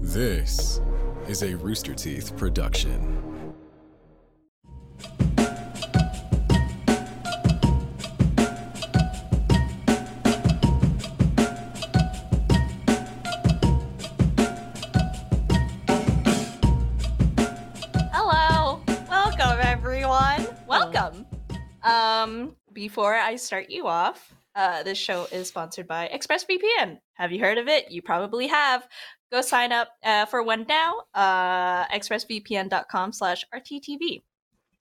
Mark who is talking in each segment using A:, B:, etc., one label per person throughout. A: This is a Rooster Teeth production.
B: Hello. Welcome everyone. Welcome. Um before I start you off, uh this show is sponsored by ExpressVPN. Have you heard of it? You probably have. Go sign up uh, for one now. Uh expressvpn.com slash RTTV.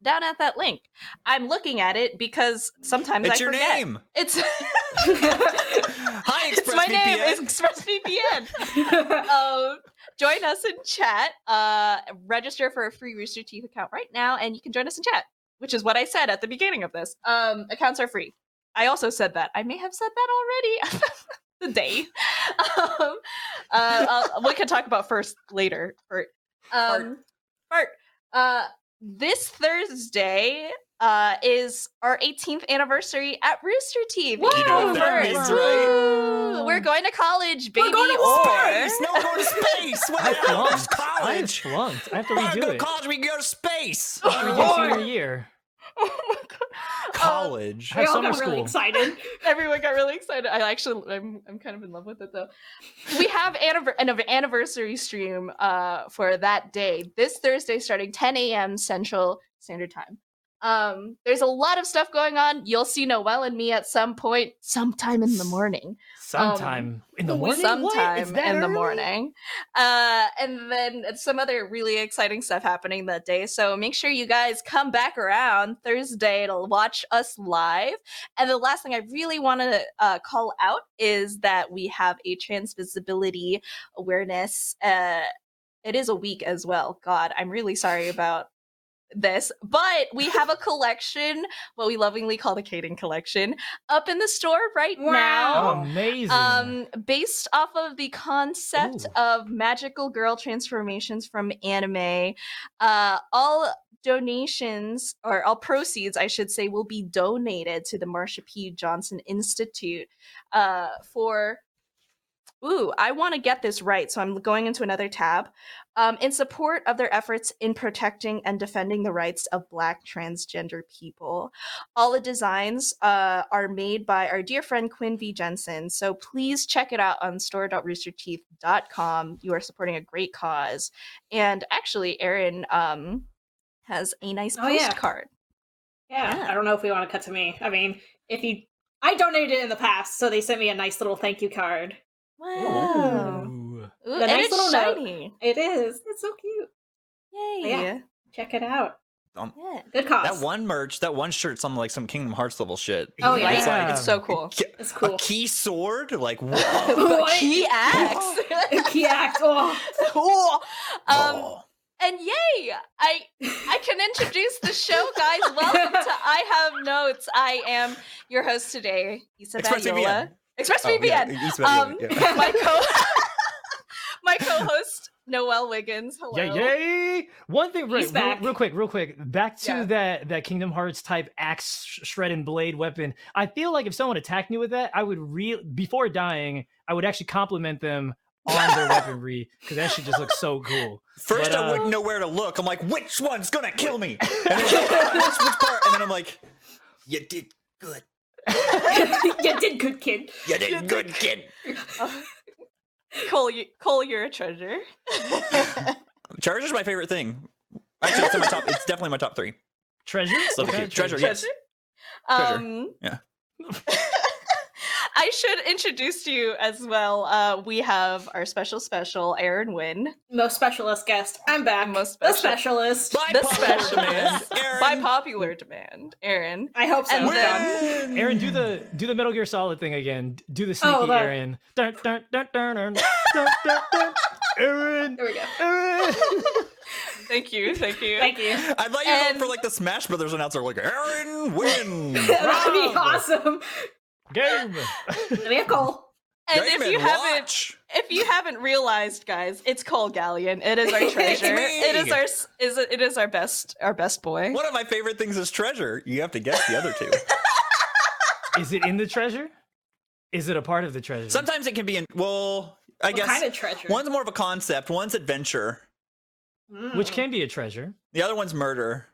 B: Down at that link. I'm looking at it because sometimes
C: It's
B: I
C: your
B: forget.
C: name.
B: It's
C: Hi,
B: It's my name.
C: ExpressVPN.
B: It's ExpressVPN. um, join us in chat. Uh, register for a free Rooster Teeth account right now, and you can join us in chat, which is what I said at the beginning of this. Um, accounts are free. I also said that. I may have said that already. the day. Um, uh, I'll- we can talk about first later. Bert. Um, Bert. Uh, this Thursday uh, is our 18th anniversary at Rooster Teeth.
C: You know what that
B: April
C: means,
B: 1st.
C: right?
B: Ooh, We're Um, going to college, baby.
D: We're going to
B: or-
C: Space! No, Oh, go to space! What
E: I
C: the hell? It's
E: flunked. I am
C: college!
E: flunked. I have to
C: We're not
E: redo
C: going to
E: it.
C: college, we can go to space!
E: I have to redo senior year.
B: Oh my god. Um,
C: college?
E: I have
D: we all
E: summer
D: got
E: school.
D: really excited.
B: everyone got really excited. I actually, I'm, I'm kind of in love with it though. We have anniver- an anniversary stream uh, for that day this Thursday, starting 10 a.m. Central Standard Time. Um, there's a lot of stuff going on. You'll see Noel and me at some point, sometime in the morning.
E: Sometime in the
B: Um,
E: morning.
B: Sometime in the morning. Uh, and then some other really exciting stuff happening that day. So make sure you guys come back around Thursday to watch us live. And the last thing I really want to uh, call out is that we have a trans visibility awareness. Uh, it is a week as well. God, I'm really sorry about this, but we have a collection, what we lovingly call the Caden collection, up in the store right now.
D: Wow.
E: Amazing.
B: Oh, Um, based off of the concept
E: Ooh.
B: of magical girl transformations from anime, uh, all donations or all proceeds, I should say, will be donated to the Marsha P. Johnson Institute uh, for. Ooh, I want to get this right, so I'm going into another tab. Um, in support of their efforts in protecting and defending the rights of Black transgender people. All the designs uh, are made by our dear friend Quinn V. Jensen. So please check it out on store.roosterteeth.com. You are supporting a great cause. And actually, Erin um, has a nice
D: Oh, yeah.
B: postcard.
D: Yeah,
B: Yeah.
D: I don't know if we want to cut to me. I mean, if you, I donated in the past, so they sent me a nice little thank you card.
B: Wow.
E: Ooh.
B: Ooh,
D: The
B: and
D: nice
B: it's
D: little note.
B: shiny.
D: It is. It's so cute.
B: Yay.
D: Yeah. Check it out.
B: Yeah.
D: Good cause.
C: That one merch, that one shirt's on like some Kingdom Hearts level shit.
D: Oh, yeah.
C: It's like,
E: Yeah.
B: It's so cool.
C: ki-
D: It's cool.
C: A key sword? Like, what?
D: What?
B: Key axe.
D: Key act. Oh,
B: Cool. Um,
C: Oh.
B: and yay! I I can introduce the show, guys. Welcome to I Have Notes. I am your host today, Isa Badiola.
C: ExpressVPN. Oh, yeah,
B: ExpressVPN.
C: East
B: um,
C: Badiola, yeah.
B: my co my co-host Noel Wiggins. Hello.
E: Yeah, yay! One thing, right,
D: He's
E: real,
D: back.
E: real quick, real quick, back to
B: Yeah.
E: that that Kingdom Hearts type axe, sh- shred and blade weapon. I feel like if someone attacked me with that, I would real before dying, I would actually compliment them on their weaponry because that shit just looks so cool.
C: First,
E: But,
C: I
E: uh,
C: wouldn't know where to look. I'm like, which one's gonna kill me? And, then, which, which part? and then I'm like, you did good.
D: you did good, kid.
C: You did good, kid.
B: Cole, you, Cole, you're a treasure.
C: Treasure's my favorite thing. Actually, it's, in my top, it's definitely my top three.
E: Treasure,
C: So
E: Okay,
C: cute. Treasure, yes. Treasure.
B: Um,
C: Yeah.
B: I should introduce you as well. Uh, we have our special special, Aaron Wynn.
D: Most specialist guest. I'm back.
B: Most
D: The
B: special.
D: specialist.
C: By
B: The
C: popular demand,
B: specialist.
C: Aaron
B: By popular demand, Aaron.
D: I hope so.
B: And then-
C: wins.
E: Aaron, do the do the Metal Gear Solid thing again. D- Do the sneaky
D: Oh, that-
E: Aaron. Dun, dun, dun, dun, dun, dun, dun, dun. Aaron,
D: There we go.
E: Aaron.
B: Thank you, thank you.
D: Thank you.
C: I thought you were going
B: and-
C: for like the Smash Brothers announcer, like Aaron wins.
D: That would be
E: Bravo.
D: awesome.
E: Game.
D: Then we have Cole.
B: and if
C: Damon,
B: you haven't,
C: watch.
B: if you haven't realized, guys, it's Cole Galleon. It is our
D: It's
B: treasure. it is
C: me.
B: our s- is it it is our best our best boy.
C: one of my favorite things is treasure. You have to guess the other two.
E: Is it in the treasure? Is it a part of the treasure?
C: Sometimes it can be in. Well, I
D: What
C: guess
D: kind of treasure?
C: one's more of a concept, one's adventure,
D: Mm.
E: which can be a treasure.
C: the other one's murder.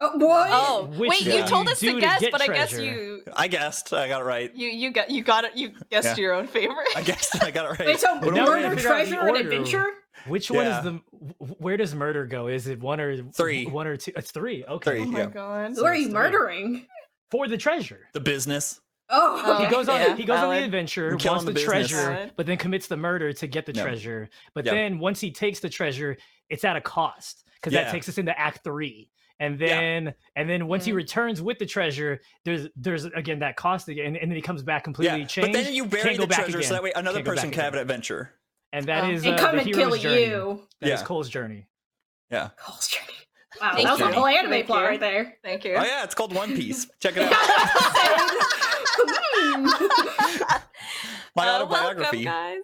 D: Oh, what?
B: Oh
E: Which
B: wait, you
C: do
B: told
E: you
B: us
E: do
B: to
E: to
B: guess,
E: get
B: but I guess
E: treasure?
B: you
C: I guessed. I got it right.
B: you you got you got it. You guessed
C: Yeah.
B: your own favorite.
C: I guessed. I got it right.
D: Wait, so
E: But now we're
D: murder,
E: gonna figure out the
D: treasure, and
E: order.
D: adventure?
E: Which one
C: Yeah.
E: is the? wh- wh- Where does murder go? Is it one or
C: Three.
E: One or two? It's three. Okay.
C: Three.
B: Oh my
C: Yeah.
B: god.
D: Who are you
E: three.
D: murdering?
E: For the treasure.
C: the business.
D: Oh,
B: Oh.
E: He
D: okay.
E: goes on.
B: Yeah,
E: he goes on
B: valid.
E: the adventure,
C: And killing
E: wants
C: the
E: the,
C: business.
E: treasure,
B: Valid.
E: but then commits the murder to get the
C: Yeah.
E: treasure. But
C: Yeah.
E: then once he takes the treasure, it's at a cost because
C: Yeah.
E: that takes us into Act Three. And
C: Yeah.
E: then, and then once he
D: Mm.
B: Mhm.
E: returns with the treasure, there's there's again that cost again, and, then he comes back completely
C: yeah,
E: changed.
C: but then you bury
E: can't
C: the
E: go back
C: treasure,
E: again,
C: so that way another
E: can't go
C: person
E: back
C: can have an
E: again.
C: adventure.
E: and that
B: Um,
E: is
D: Oh. and
E: uh,
D: come
E: the
D: and kill
E: hero's journey.
D: you.
E: That is
C: Yeah.
E: Cole's journey.
C: Yeah.
D: Cole's journey. Wow,
B: Thank
D: that was
C: you.
D: a whole anime
B: Thank
D: plot
B: you.
D: right there.
B: Thank
C: Oh
B: you.
C: yeah, it's called One Piece. Check it out.
B: Oh,
D: Hmm.
C: My
B: Uh, Welcome,
C: autobiography.
B: guys.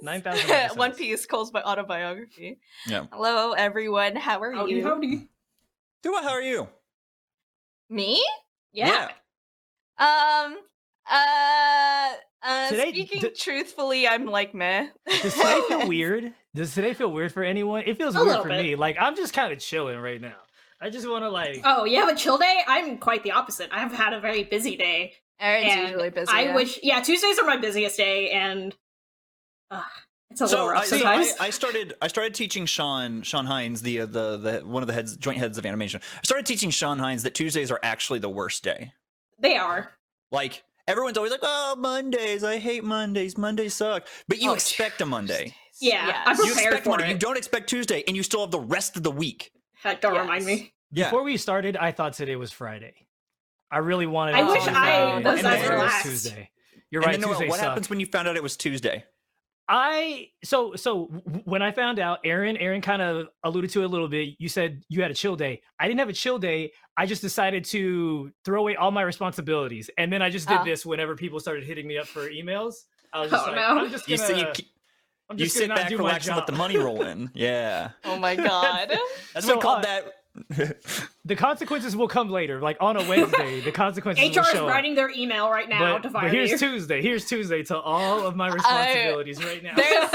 E: 9,000
B: One
E: episodes.
B: Piece calls my autobiography.
C: Yeah.
B: Hello, everyone. How are
D: howdy,
B: you?
D: howdy.
C: Dua, how are you?
B: Me?
D: Yeah.
B: Um. Uh. Uh,
E: Today-
B: speaking
E: d-
B: truthfully, I'm like meh.
E: Does today feel weird? Does today feel weird for anyone? It feels
D: A
E: weird
D: little
E: for
D: bit.
E: me. Like I'm just kind of chilling right now. I just want to like.
D: Oh, you have a chill day? I'm quite the opposite. I've had a very busy day.
B: Aaron's
D: and
B: usually busy.
D: I
B: yeah.
D: wish, yeah, Tuesdays are my busiest day, and uh, it's a little
C: So, I,
D: rough
C: so I,
D: sometimes.
C: I started. I started teaching Sean Sean Hines, the uh, the the one of the heads joint heads of animation. I started teaching Sean Hines that Tuesdays are actually the worst day.
D: they are.
C: Like everyone's always like, "Oh, Mondays! I hate Mondays. Mondays suck." But you
B: Oh,
C: expect a Monday.
D: Yeah,
B: Yes.
D: I'm
C: You
D: prepared
C: expect
D: for
C: Monday. You
D: it.
C: don't expect Tuesday, and you still have the rest of the week.
D: Heck, don't
B: Yes.
D: remind me.
C: Yeah.
E: Before we started, I thought today was Friday. I really wanted.
D: I
E: it to
B: wish
E: be
B: I
E: Friday,
B: was
E: and I
C: as
E: thought it
D: last.
E: Tuesday. You're
C: and
E: right.
C: then Noel,
E: Tuesday
C: what
E: sucked.
C: happens when you found out it was Tuesday?
E: I so so w- when I found out, Aaron, Aaron kind of alluded to it a little bit. You said you had a chill day. I didn't have a chill day. I just decided to throw away all my responsibilities, and then I just did
B: Ah.
E: this whenever people started hitting me up for emails. I was just
D: Oh,
E: like,
D: no.
E: I'm just
C: You
E: gonna,
C: sit, you, ke-
E: I'm
C: you
E: just gonna
C: sit
E: not
C: back,
E: do my
C: relax, and let
E: job.
C: the money roll in. Yeah,
B: Oh my god.
C: that's
E: So,
C: what called that.
E: The consequences will come later, like on a Wednesday. the consequences
D: HR
E: will
D: is
E: show up.
D: writing their email right now
E: but,
D: to
E: but
D: fire
E: here's
D: you.
E: Tuesday. Here's Tuesday to all of my responsibilities right now.
B: There's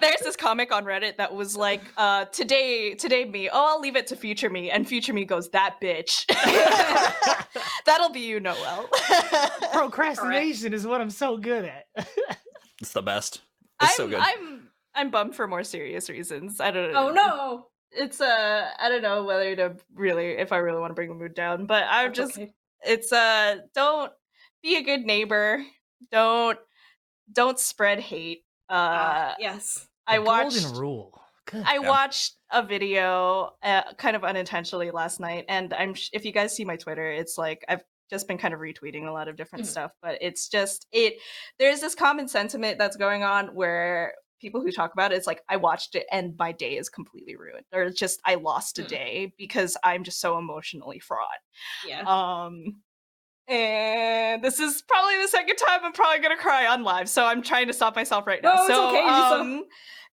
B: there's this comic on Reddit that was like, uh, today today me. Oh, I'll leave it to future me, and future me goes that bitch. That'll be you, Noel.
E: Procrastination is what I'm so good at.
C: it's the best. It's
B: I'm,
C: so good.
B: I'm I'm bummed for more serious reasons. I don't.
D: oh no.
B: It's uh, I don't know whether to really if I really want to bring the mood down, but I'm
D: That's
B: just
D: okay.
B: it's uh, don't be a good neighbor. Don't don't spread hate. Uh,
D: Ah, yes.
B: I
E: The
B: watched.
E: Golden Rule. Good.
B: I
C: Yeah.
B: watched a video uh, kind of unintentionally last night, and I'm sh- if you guys see my Twitter, it's like I've just been kind of retweeting a lot of different
D: Mhm.
B: stuff, but it's just it. There's this common sentiment that's going on where people who talk about it, it's like I watched it and my day is completely ruined, or it's just I lost a
D: Mm.
B: day because I'm just so emotionally fraught.
D: Yeah.
B: Um, and this is probably the second time I'm probably gonna cry on live, so I'm trying to stop myself right now.
D: No, it's
B: so,
D: okay, you just-
B: um,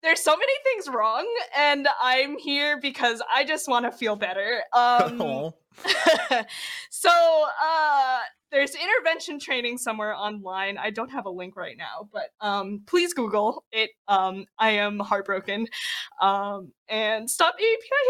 B: there's so many things wrong, and I'm here because I just want to feel better. Um,
D: Oh.
C: Aw.
B: so uh, there's intervention training somewhere online. I don't have a link right now, but um, please Google it. Um, I am heartbroken, um, and stop API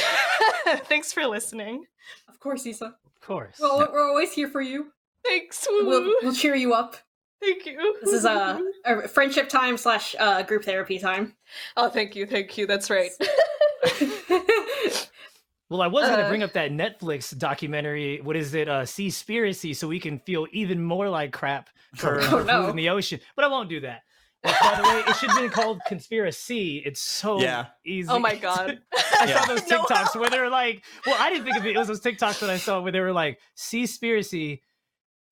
B: hate. Thanks for listening.
D: of course, Isa.
E: Of course.
D: Well, we're- we're always here for you.
B: Thanks.
D: We'll,
B: woo.
D: we'll cheer you up.
B: Thank you.
D: This is uh, a friendship time slash uh, group therapy time.
B: Oh, thank you, thank you. That's right.
E: Well, I was going
B: Uh,
E: to bring up that Netflix documentary. What is it? Uh, Sea Spiracy, so we can feel even more like crap for
C: no.
B: Oh,
E: for food
D: no.
E: in the ocean. But I won't do that. Well, by the way, it should have been called Conspiracy. It's so
C: Yeah.
E: easy.
B: Oh my god.
E: I
C: Yeah.
E: saw those
B: No.
E: TikToks where they were like, well, I didn't think of it. It was those TikToks that I saw where they were like, Seaspiracy,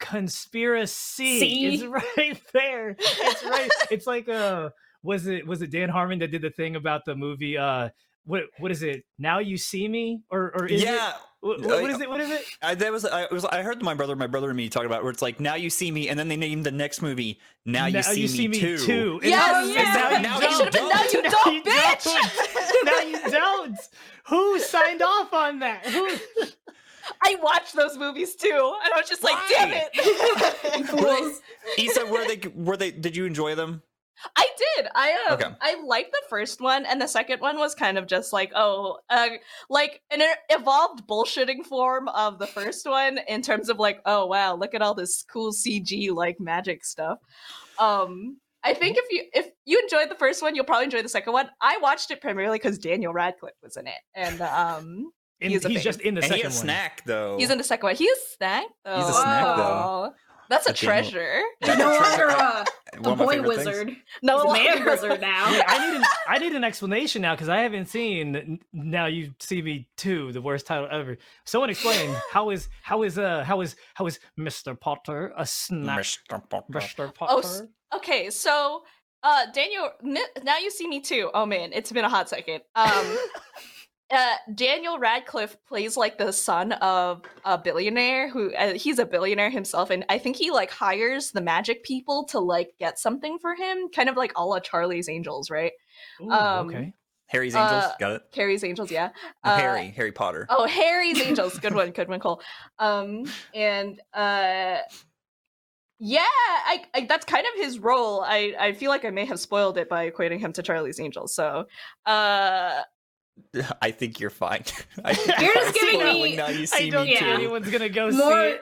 E: conspiracy
D: See?
E: is right there. It's right. it's like uh was it was it Dan Harmon that did the thing about the movie uh what what is it? Now you see me? Or or is
C: yeah,
E: it wh- wh- what is it? What is it?
C: I, that was I it was I heard my brother, my brother and me talk about it, where it's like now you see me, and then they named the next movie now, you, see me, too.
E: too. And
B: Yes,
E: it's- and
C: yeah. Now
E: now you
C: you
E: don't.
C: should've been,
B: "Now you
E: Now
B: don't,
E: you
B: bitch!"
E: don't. Now you don't. Who signed off on that? Who?
B: I watched those movies too, and I was just like, damn
C: Why?
B: it.
C: Isa, were they were they? Did you enjoy them?
B: I did. I um,
C: Okay.
B: I liked the first one, and the second one was kind of just like, oh, uh, like an e- evolved bullshitting form of the first one in terms of like, oh wow, look at all this cool CG like magic stuff. Um, I think if you if you enjoyed the first one, you'll probably enjoy the second one. I watched it primarily because Daniel Radcliffe was in it, and um,
E: And
B: He's
E: he's
B: a babe.
E: just in the
C: and he
E: second
C: a
E: one.
C: snack though.
B: he's in the second one. He is snack. Though.
C: Oh. He's a
D: snack, though.
B: Oh, That's a
C: But Daniel-
B: treasure.
C: That's
D: no
C: a treasure.
D: longer a,
C: One
D: a
C: of my
D: boy
C: favorite things.
D: wizard.
B: No
D: He's a man
B: longer-
D: wizard now.
E: Yeah, I need an I need an explanation now because I haven't seen. Now you see me too. The worst title ever. Someone explain how is how is uh how is how is Mr. Potter a snack?
C: Mr. Potter.
E: Mr.
B: Oh,
E: Potter.
B: s- Okay, so uh Daniel mi- now you see me too. Oh man, it's been a hot second. Um uh Daniel Radcliffe plays like the son of a billionaire who uh, he's a billionaire himself and I think he like hires the magic people to like get something for him, kind of like a la Charlie's Angels, right?
E: Ooh,
B: um,
E: okay.
C: Harry's Angels.
B: Uh,
C: Got it.
B: Carrie's Angels, yeah.
C: No,
B: uh,
C: Harry. Harry Potter.
B: Oh, Harry's Angels. Good one. Good one, Cole. Um, and uh, yeah, I, I that's kind of his role. I I feel like I may have spoiled it by equating him to Charlie's Angels. So, uh,
C: I think you're fine. I think
D: You're just
C: fine
D: giving
C: spoiling
D: me-
C: Now you
E: I
C: see
E: don't
C: me
E: think
D: Yeah.
C: too.
E: anyone's gonna go
D: More
E: see it.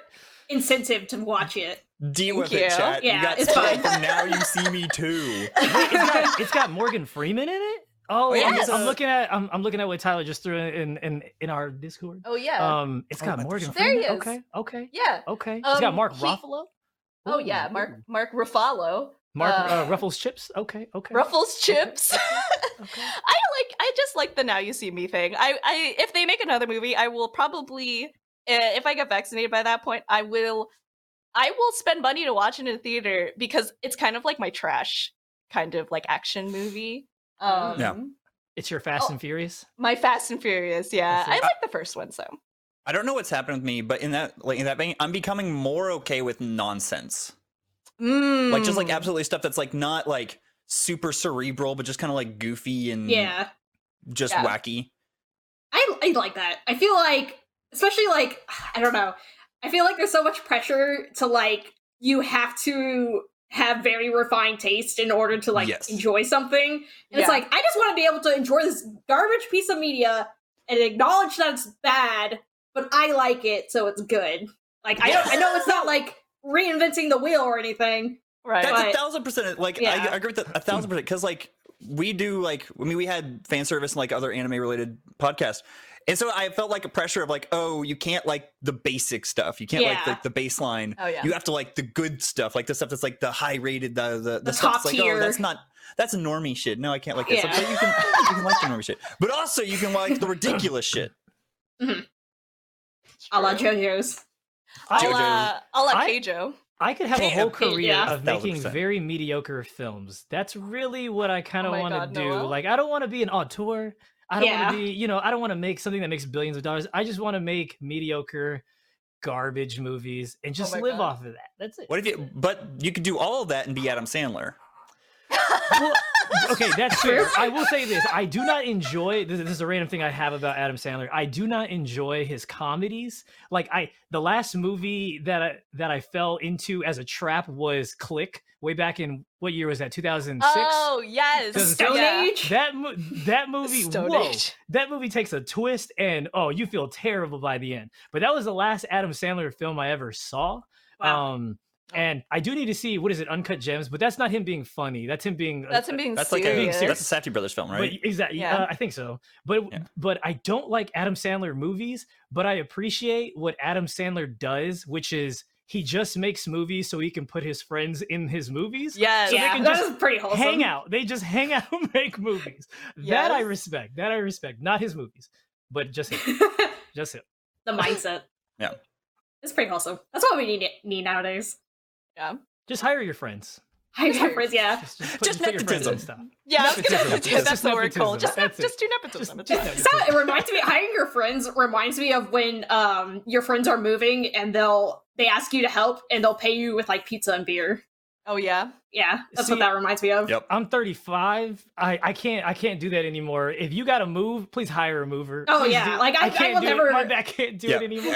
D: incentive to watch it.
C: Deal with
B: Thank
C: it,
B: you.
C: chat.
D: Yeah,
C: you got
D: it's
C: spoiled
D: fine.
C: for now you see me too.
E: it's got, it's got Morgan Freeman in it. Oh,
C: yeah,
E: I'm-
B: Yes.
E: I'm, looking at I'm, I'm looking at what Tyler just threw in in, in our Discord.
B: oh yeah,
E: Um, it's
C: Oh,
E: got
C: what the
E: Morgan
C: fuck?
B: There he
E: Freeman.
B: is.
E: Okay, okay,
B: yeah.
E: okay. it's got
B: Um,
E: Mark
B: he-
E: Ruffalo.
B: Oh
E: Ooh,
B: yeah, Mark
E: ooh.
B: Mark Ruffalo,
E: Mark
B: uh,
E: uh, Ruffles Chips. Okay, okay.
B: Ruffles Chips.
E: okay.
B: I like. I just like the "Now You See Me" thing. I, I if they make another movie, I will probably, uh, if I get vaccinated by that point, I will, I will spend money to watch it in a theater because it's kind of like my trash kind of like action movie. Um,
C: Yeah.
E: It's your Fast
B: Oh.
E: and Furious.
B: My Fast and Furious. Yeah,
E: see.
B: I like the first one. So
C: I don't know what's happened with me, but in that like in that vein, I'm becoming more okay with nonsense. Like just like
B: Mm.
C: absolutely stuff that's like not like super cerebral, but just kind of like goofy and
D: Yeah.
C: just
B: Yeah.
C: wacky.
D: I, I like that. I feel like, especially like, I don't know. I feel like there's so much pressure to like, you have to have very refined taste in order to like
C: Yes.
D: enjoy something. And it's
B: Yeah.
D: like, I just want to be able to enjoy this garbage piece of media and acknowledge that it's bad, but I like it, so it's good. Like, I don't, I know it's not like reinventing the wheel or anything.
B: right.
C: That's a
D: But-
C: thousand percent. Like
D: Yeah.
C: I, I agree with that a thousand percent because like we do like I mean we had fan service and like other anime related podcasts, and so I felt like a pressure of like oh you can't like the basic stuff you can't like
D: Yeah.
C: the, the baseline
B: oh yeah.
C: you have to like the good stuff like the stuff that's like the high rated the the, the,
D: The
C: stuff that's
D: top
C: like oh that's
D: tier.
C: not that's normie shit no I can't like that stuff.
D: Yeah.
C: But you can you can like the normie shit but also you can like the ridiculous shit
B: it's
D: A la
B: true.
D: JoJo's.
B: A
E: I-
C: JoJo.
B: la a la
E: I-
B: Keijo.
E: I could have a whole
D: Damn,
E: career
D: yeah.
C: Thousand
E: of making
C: percent.
E: very mediocre films. That's really what I kind
B: Oh
E: of
B: my
E: want
B: God,
E: to do.
B: Noel.
E: Like, I don't want to be an auteur. I don't
D: Yeah.
E: want to be, you know, I don't want to make something that makes billions of dollars. I just want to make mediocre, garbage movies and just
B: Oh my
E: live
B: God.
E: off of that. That's it.
C: what if you but you could do all of that and be Adam Sandler
E: Well, okay, that's fair. I will say this: I do not enjoy. This, this is a random thing I have about Adam Sandler. I do not enjoy his comedies. Like I, the last movie that I, that I fell into as a trap was Click. Way back in what year was that? Two thousand six.
B: Oh yes.
E: Doesn't
D: Stone
B: yeah.
D: Age?
E: That mo- that movie,
B: Stone
E: whoa,
B: Age.
E: that movie takes a twist, and oh, you feel terrible by the end. But that was the last Adam Sandler film I ever saw.
D: Wow.
E: Um, and I do need to see what is it, Uncut Gems? But that's not him being funny. That's him being
B: That's him being
C: that's like a,
B: serious.
E: serious.
C: that's a Safdie brothers film right
E: But, exactly.
B: Yeah.
E: Uh, I think so. But
C: Yeah.
E: but I don't like Adam Sandler movies, but I appreciate what Adam Sandler does, which is he just makes movies so he can put his friends in his movies.
B: yes.
E: so they
D: yeah,
E: can
D: that
E: just
D: is pretty wholesome.
E: Hang out. They just hang out and make movies. That I
B: Yes.
E: respect. That I respect. Not his movies, but just him.
D: the
E: Just him.
D: mindset.
C: Yeah.
D: It's pretty wholesome. That's what we need, need nowadays.
E: Just hire your friends.
D: High preference, yeah.
E: Just, just,
C: Just
E: your friends in
C: nepotism.
E: stuff.
B: Yeah, I was
E: Nepotism.
B: gonna
E: It's
B: that's
E: just
B: the word, Cole.
E: nepotism.
B: Just, nep-
E: That's it.
B: just do nepotism. It's
E: Just do
B: fine.
E: nepotism.
D: So it reminds me hiring your friends reminds me of when um your friends are moving and they'll they ask you to help and they'll pay you with like pizza and beer.
B: Oh yeah,
D: Yeah, that's
E: See-
D: what that reminds me of.
C: Yep.
E: I'm 35. I, I can't I can't do that anymore. If you got to move, please hire a mover.
D: Oh,
E: Please
D: yeah,
E: do-
D: like, I- I
E: can't
D: will
E: do
D: never-
E: It. My back can't do
C: Yeah.
E: it anymore.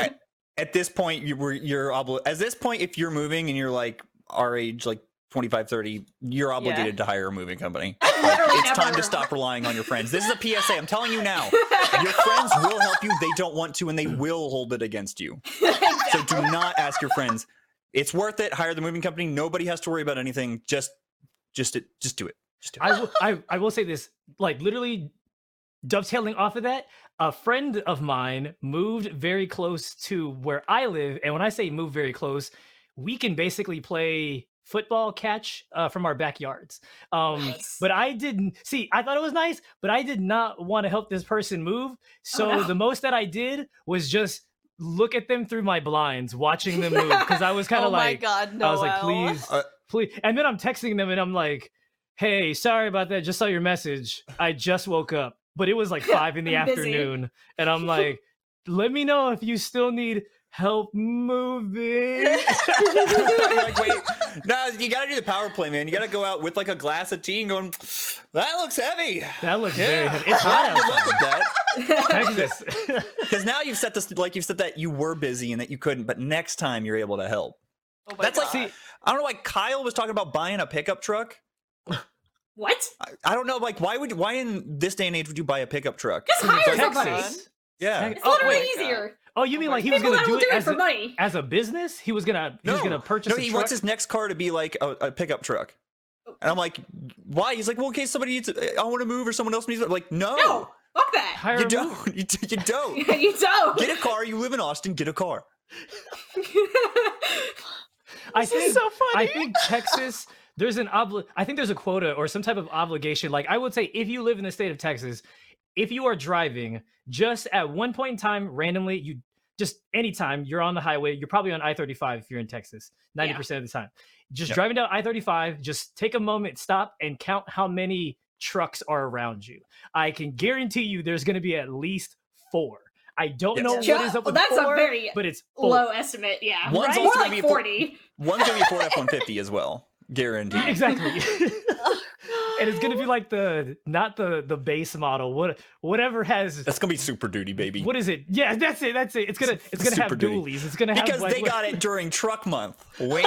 C: at this point you were you're obli- at this point if you're moving and you're like our age like 25, 30, you're obligated to hire a moving company.
D: Literally
C: it's time
D: never.
C: to stop relying on your friends. This is a PSA. I'm telling you now. Your friends will help you. They don't want to, and they will hold it against you. So do not ask your friends. It's worth it. Hire the moving company. Nobody has to worry about anything. Just, just it. Just do it. Just do it.
E: I will, I, I will say this, like literally dovetailing off of that, a friend of mine moved very close to where I live. And when I say move very close, we can basically play football catch uh, from our backyards. Um,
D: Nice.
E: But I didn't see, I thought it was nice, but I did not want to help this person move. So
D: no.
E: the most that I did was just look at them through my blinds, watching them move. Cause I was kind
B: oh
E: of like,
B: my god, no.
E: I was like, please,
C: Uh,
E: please. And then I'm texting them and I'm like, hey, sorry about that. Just saw your message. I just woke up, but it was like five in the
D: I'm busy.
E: afternoon. And I'm like, let me know if you still need help moving.
C: You're like, wait, no, you gotta do the power play, man. You gotta go out with like a glass of tea and going, that looks heavy.
E: That looks very
C: Yeah.
E: heavy. It's hot
C: Good luck
E: outside.
C: with that.
E: Texas.
C: Because now you've set this, like you've said that you were busy and that you couldn't, but next time you're able to help.
B: Oh my
C: That's
B: God.
C: like,
E: See,
C: I don't know why Kyle was talking about buying a pickup truck.
D: what?
C: I, I don't know, like, why would, why in this day and age would you buy a pickup truck?
D: Just hire somebody.
E: Texas.
C: Yeah.
D: It's
E: Oh,
D: literally
E: wait.
D: easier.
E: Oh, you mean like he was
D: People
E: gonna
D: that
E: do
D: will do
E: it
D: it
E: as
D: for
E: a,
D: money.
E: as a business? He was gonna he was gonna purchase
C: No,
E: a
C: he
E: truck.
C: wants his next car to be like a, a pickup truck. And I'm like, why? He's like, well, in case somebody needs, uh, I want to move or someone else needs. It. I'm like, no,
D: No, fuck that.
C: you
E: Hire a move-
C: don't. You, d- you don't.
D: you don't.
C: Get a car. You live in Austin. Get a car.
E: I
B: This
E: think
B: is so funny.
E: I think Texas, there's an obli- I think there's a quota or some type of obligation. Like I would say, if you live in the state of Texas, if you are driving, just at one point in time, randomly, you just anytime you're on the highway, you're probably on I-35 if you're in Texas, 90% of the time. Just
C: Yep.
E: driving down I-35, just take a moment, stop, and count how many trucks are around you. I can guarantee you there's gonna be at least four. I don't
C: Yes.
E: know
D: Ju-
E: Oh, what is up
D: well,
E: with
D: that's a
E: four,
D: very
E: but it's four.
D: Low estimate, yeah.
C: One's
D: More
C: also gonna be
D: like
C: a four-
D: 40.
C: One's gonna be a Ford F-150 as well, guaranteed.
E: Exactly. and it's gonna be like the not the the base model what whatever has
C: That's gonna be Super Duty, baby.
E: what is it yeah that's it that's it it's gonna it's gonna have
C: Super Duty.
E: dualies it's gonna have
C: Because
E: like,
C: they
E: what-
C: got it during Truck Month. Wait,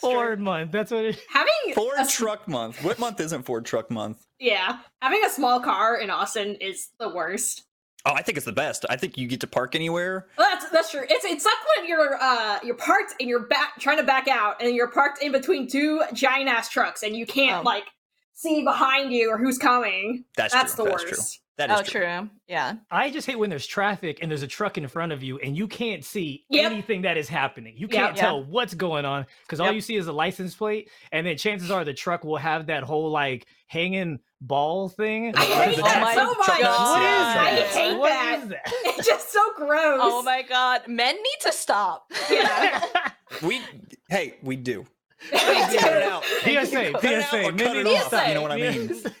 E: Ford month that's what it
D: Having
C: Ford
D: a, s-
C: Truck Month. What month isn't Ford Truck Month?
D: yeah, having a small car in Austin is the worst.
C: Oh, I think it's the best. I think you get to park anywhere.
D: Well, that's that's true. It's it's like when you're uh you're parked and you're back trying to back out and you're parked in between two giant ass trucks and you can't
E: Oh.
B: Um.
D: like see behind you or who's coming.
C: That's,
D: That's,
C: true.
D: the
C: That's true.
D: worst.
C: That is
B: oh,
C: true.
B: true. Yeah.
E: i just hate when there's traffic and there's a truck in front of you and you can't see
D: Yep.
E: anything that is happening you
D: Yep.
E: can't
B: Yeah.
E: tell what's going on because all
C: Yep.
E: you see is a license plate and then chances are the truck will have that whole like hanging ball thing
D: I
E: because
D: hate
E: the
B: Oh
D: that
E: truck-
B: my
D: so much.
B: God.
E: what is
B: Yeah,
E: that?
D: I hate
E: What
D: that.
E: is
D: It's just so gross.
B: Oh my god, men need to stop.
D: Yeah.
C: We hey, we do. out.
E: PSA,
C: Cut it out or
E: PSA,
C: cut
E: maybe
C: it
E: you
C: off,
E: stop.
C: you know what I mean?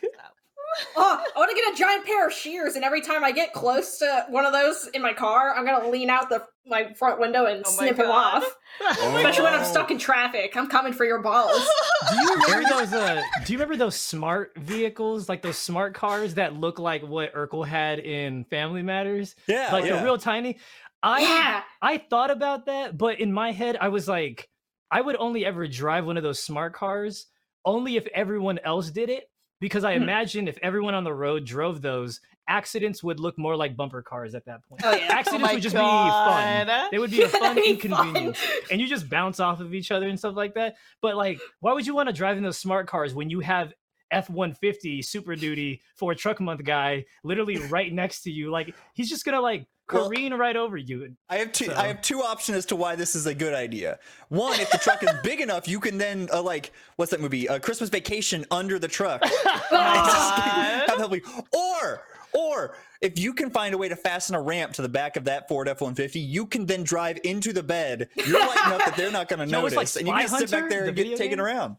D: Oh, I want to get a giant pair of shears, and every time I get close to one of those in my car, I'm gonna lean out the my front window and
B: Oh my
D: snip him
B: God.
D: off. Especially
C: Oh.
D: when I'm stuck in traffic, I'm coming for your balls.
E: Do you remember those? Uh, do you remember those smart vehicles, like those smart cars that look like what Urkel had in Family Matters,
C: Yeah,
E: like
C: yeah.
E: the real tiny? I
D: yeah,
E: I thought about that, but in my head, I was like, I would only ever drive one of those smart cars only if everyone else did it, because I
D: Hmm.
E: imagined if everyone on the road drove those, accidents would look more like bumper cars at that point.
D: oh yeah,
E: Accidents
B: my
E: would just be fun.
B: God.
E: They would be a
D: That'd
E: fun
D: be
E: inconvenience
D: fun.
E: and you just bounce off of each other and stuff like that. But like, why would you want to drive in those smart cars when you have F one fifty Super Duty for a truck month guy literally right next to you? Like he's just gonna like
C: Well-
E: careen right over you.
C: I have two
E: So-
C: I have two options as to why this is a good idea. One, if the truck is big enough, you can then uh, like what's that movie? Uh, Christmas Vacation under the truck.
E: Oh.
B: God.
C: Have help me. Or or if you can find a way to fasten a ramp to the back of that Ford F-150, you can then drive into the bed. You're light enough that they're not going to
E: You know, it's
C: notice,
E: like
C: and you
E: Spy
C: can just sit
E: Hunter,
C: back there
E: the
C: and get
E: video
C: taken
E: game?
C: around.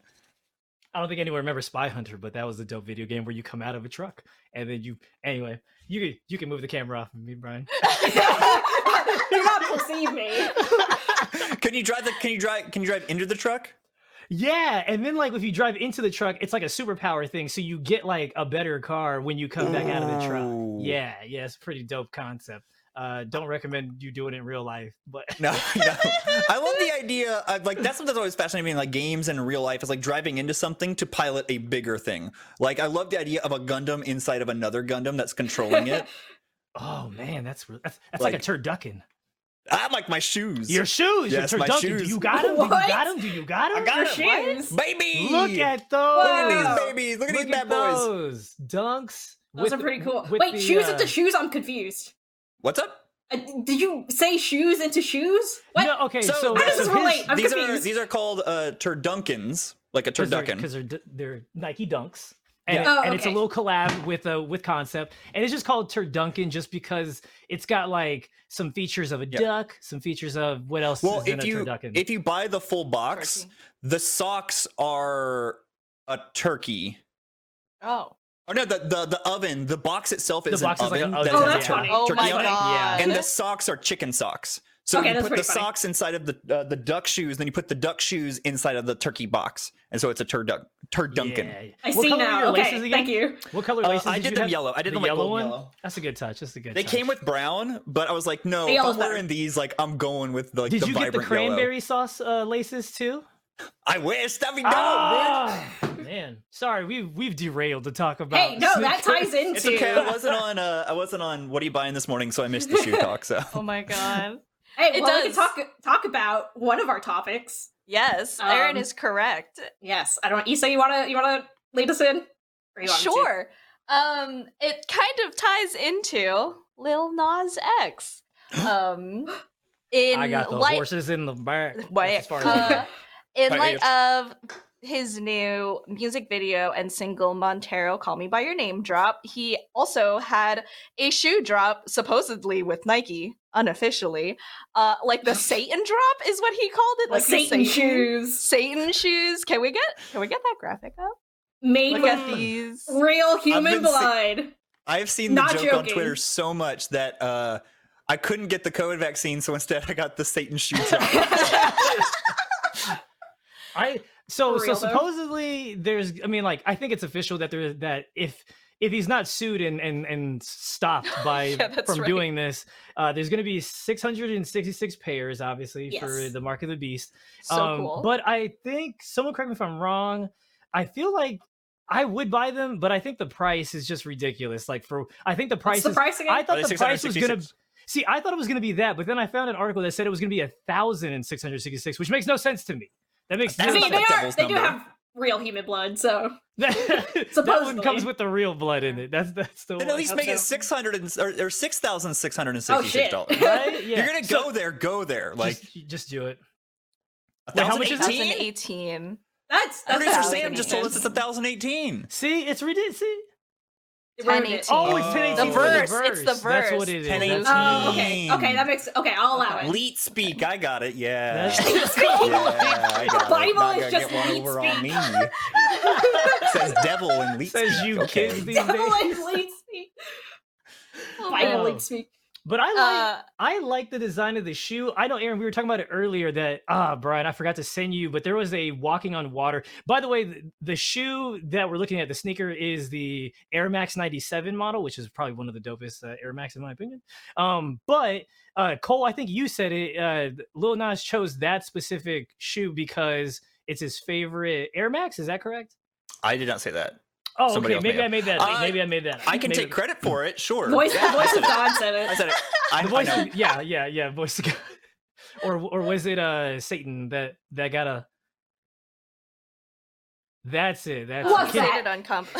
E: I don't think anyone remembers Spy Hunter, but that was a dope video game where you come out of a truck and then you. Anyway, you can- you can move the camera off of me, Brian.
D: do not perceive me.
C: Can you drive the? Can you drive? Can you drive into the truck?
E: Yeah, and then like if you drive into the truck, it's like a superpower thing, so you get like a better car when you come back out of the truck.
C: Ooh.
E: Yeah, yeah, it's a pretty dope concept. Uh, don't recommend you doing it in real life, but
C: No, no. I love the idea of like that's something that's always fascinating me in like games and real life is like driving into something to pilot a bigger thing. Like I love the idea of a Gundam inside of another Gundam that's controlling it.
E: oh man, that's re- that's, that's like,
C: Like-
E: a turducken.
C: I like my shoes.
E: Your shoes,
C: Yes,
E: your
C: my
E: turducken. Do
C: shoes.
E: you got them? Do you
D: What?
E: got them? Do you got them?
C: got
D: Your
C: 'em.
D: shoes.
C: baby.
E: Look at
C: Look at
E: those.
D: Wow.
C: these babies. Look at
E: Look
C: these bad
E: at
C: boys.
E: those dunks.
D: Those
E: with
D: are
E: the-
D: pretty cool.
E: with
D: Wait,
E: the,
D: shoes
E: uh,
D: into shoes? I'm confused.
C: What's up?
D: Uh, did you say shoes into shoes? What?
E: No, okay, so,
C: So
E: so
C: How does
D: this
E: his-
D: relate? I'm
C: these are
D: confused.
C: these are called uh turdunkins, like a
E: because they're,
C: turducken.
E: 'cause they're d- they're Nike Dunks, and,
D: Yeah. Oh,
E: and it's a
D: okay.
E: little collab with uh, with Concept, and it's just called Turdunkin just because it's got like some features of a
C: Yeah.
E: duck, some features of what else
C: Well,
E: is in
C: if
E: a
C: you
E: turducken.
C: if you buy the full box, the socks are a turkey.
B: Oh.
C: Oh no, the the, the oven, the box itself
E: The
C: is
E: box
C: an
E: is like
C: oven.
E: an oven,
C: has
D: Oh,
C: a
D: that's
C: tur-
D: funny.
B: Oh
C: turkey
B: my
C: on it,
B: god.
E: Yeah.
C: And the socks are chicken socks. So
D: Okay,
C: you
D: that's
C: put the
D: pretty funny.
C: socks inside of the uh, the duck shoes, then you put the duck shoes inside of the turkey box, and so it's a turduck turdunkin.
E: Yeah.
D: I
E: What
D: see
E: color are your
D: now.
E: laces
D: Okay,
E: again?
D: thank you.
E: What color
C: Uh,
E: laces?
C: I
E: did,
C: did
E: you
C: them
E: have?
C: yellow. I did
E: the
C: them like
E: yellow
C: old
E: one.
C: yellow.
E: That's a good touch. That's a good.
C: They
E: touch.
C: came with brown, but I was like, no,
D: The
C: if
D: yellow's
C: I'm
D: better.
C: wearing these, like I'm going with like
E: Did
C: the
E: you get
C: vibrant
E: the
C: yellow.
E: cranberry sauce uh, laces too?
C: I wish that'd be dope. man.
E: Ah, man. Sorry, we've we've derailed to talk about.
D: Hey, no, that ties into.
C: It's okay. I wasn't on. Uh, I wasn't on. What are you buying this morning? So I missed the shoe talk. So
B: Oh my god.
D: Hey,
B: It
D: well, we can
B: does.
D: talk talk about one of our topics.
B: Yes, Aaron
D: Um,
B: is correct.
D: Yes, I don't. Isa, you wanna you wanna lead us in? Or you want me to?
B: Sure. Um, it kind of ties into Lil Nas X. Um, in
E: I got the
B: light,
E: horses in the back. That's
B: Wait,
E: as far as I
B: uh,
E: got.
B: in
C: Wait,
B: light of his new music video and single Montero "Call Me by Your Name" drop, he also had a shoe drop, supposedly with Nike, unofficially. Uh, like the Satan drop is what he called it,
D: Like
B: the
D: Satan shoes
B: Satan shoes. Can we get? Can we get that graphic up?
D: made
B: Look
D: with
B: at these.
D: real human
C: been se-
D: blood.
C: I've seen the
D: Not
C: joke on
D: joking.
C: Twitter so much that uh, I couldn't get the COVID vaccine, so instead I got the Satan shoe drop.
E: I so
D: For
E: so
D: real, though?
E: supposedly there's I mean like I think it's official that there that if if he's not sued and and and stopped by
B: Yeah, that's
E: from
B: right.
E: doing this, uh, there's going to be 666 payers obviously for
D: Yes.
E: the mark of the beast. Um,
B: So cool.
E: But I think someone correct me if I'm wrong. I feel like I would buy them, but I think the price is just ridiculous. Like for I think the
D: What's
E: price
D: the
E: is
D: price again?
E: I
C: Are
E: thought
C: they
E: the price was gonna
C: 666?
E: see. I thought it was gonna be that, but then I found an article that said it was gonna be a thousand and six hundred sixty-six, which makes no sense to me. That makes
D: I
C: That's
E: no
D: mean,
C: not
E: sense.
C: the
D: they are.
C: devil's
D: They do
C: number.
D: have real human blood, so
E: that one comes
D: Supposedly.
E: with the real blood in it. That's that's the
C: Then
E: one.
C: at least
E: That's
C: make it
E: the-
C: six hundred and or, or six thousand six hundred and
D: Oh,
C: sixty-six
D: shit.
C: dollars.
E: right. Yeah.
C: You're gonna
E: So
C: go there, go there. Like
E: just, just do it.
C: a
E: wait, how much is it?
C: 1,018?
B: 2018.
D: that's that's
C: Producer
B: Thousand
C: Sam just told us
B: eighteen.
C: it's a thousand eighteen.
E: See, it's ridiculous. See?
D: It ruined
B: 1018.
D: it.
E: Oh, it's
C: Oh.
E: ten eighteen.
C: The
B: verse, it's the
E: That's what
B: verse.
E: it is.
C: 1018.
E: That's
D: Oh,
E: what it is.
D: okay, okay, that makes okay. I'll allow
B: Okay.
D: it.
C: Leet speak, I got it. Yeah.
E: That's-
C: yeah, I got
D: The
C: it.
D: Bible
C: Not
D: is
C: gonna
D: just
C: get one
D: leet
C: over
D: speak.
C: on me. Says devil and leet.
E: Says
C: speak.
E: you
C: okay.
E: kids these
D: Devil
E: days.
D: and leet speak.
E: Wow. Oh,
D: Bible leet speak.
E: But I like
B: Uh,
E: I like the design of the shoe. I know, Aaron, we were talking about it earlier that, ah, Brian, I forgot to send you, but there was a walking on water. By the way, th- the shoe that we're looking at, the sneaker, is the Air Max 97 model, which is probably one of the dopest uh, Air Max, in my opinion. Um, but, uh, Cole, I think you said it. Uh, th- Lil Nas chose that specific shoe because it's his favorite Air Max. Is that correct?
C: I did not say that.
E: Oh,
C: Somebody
E: okay.
C: else may
E: Maybe I
C: have.
E: made that. up.
C: I-
E: maybe I made that. up.
C: I can
E: Maybe-
C: take credit for it, sure.
D: Voice,
C: Yeah,
D: the voice
C: I
D: of
C: said it.
D: God said
C: I
D: it.
C: said it. I,
E: the
C: I
E: voice
C: know.
E: of- yeah yeah yeah voice of God. or or was it uh satan that that got a that's it that's
D: What's
E: it.
D: that?
B: stated on comp.
E: Is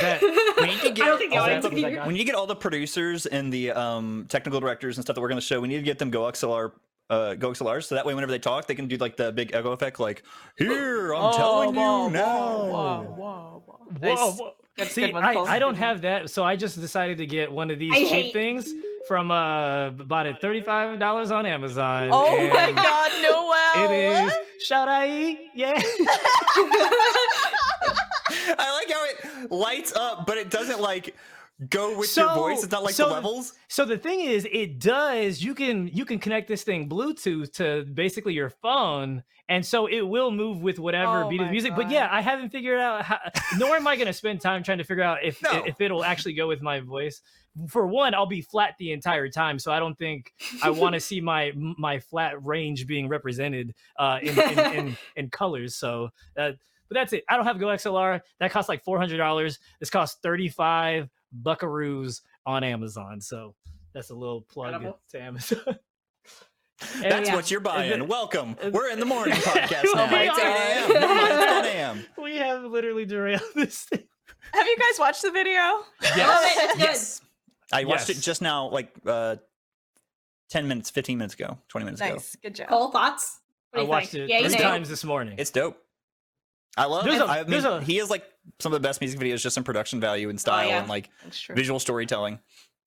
E: that-
C: We need to
D: I
C: get-
D: don't think the
E: is that
D: audience can
E: something that
D: hear.
E: got-
C: When you get all the producers and the um, technical directors and stuff that work on the show, we need to get them go XLR, uh, go XLR, so that way whenever they talk, they can do like the big echo effect, like "Here, I'm
B: Oh,
C: telling you now."
E: Whoa,
B: Nice.
E: whoa.
B: That's a
E: See,
B: good one,
E: I,
B: Cole.
E: I don't have that, so I just decided to get one of these
D: I
E: cheap
D: hate-
E: things from uh bought it thirty five dollars on Amazon.
B: Oh my
E: and
B: god, Noel!
E: It is shout I yeah.
C: I like how it lights up, but it doesn't like Go with your
E: So-
C: voice. It's not like
E: so-
C: the levels.
E: So the thing is, it does. You can you can connect this thing Bluetooth to basically your phone, and so it will move with whatever
B: Oh
E: beat of
B: my
E: the music. But yeah,
B: God.
E: I haven't figured out. How, nor am I going to spend time trying to figure out if
C: No.
E: if it'll actually go with my voice. For one, I'll be flat the entire time, so I don't think I want to see my my flat range being represented uh, in, in, in in colors. So, uh, but that's it. I don't have Go XLR. That costs like four hundred dollars. This costs thirty five buckaroos on Amazon. So that's a little plug
D: Incredible.
E: to Amazon. And-
C: That's
D: yeah.
C: what you're buying. Welcome.
E: Uh,
C: We're in the morning podcast
E: We
C: now. It's 8
E: are.
C: a.m. Never mind, it's 9 a.m.
E: we have literally derailed this thing.
B: Have you guys watched the video?
D: Yes. Love it. It's good.
C: I watched
E: Yes.
C: it just now, like uh, 10 minutes, 15 minutes ago, 20 minutes ago.
B: Nice. Good job.
D: Cole, thoughts? What
E: I
D: do you
E: watched
D: think?
E: it
D: Yay,
E: three
D: nay?
E: times this morning.
C: It's dope. I love
E: There's
C: it.
E: a-
C: I mean,
E: there's a-
C: he is like some of the best music videos just in production value and style
D: yeah.
C: and like
B: That's Oh, true.
C: visual storytelling.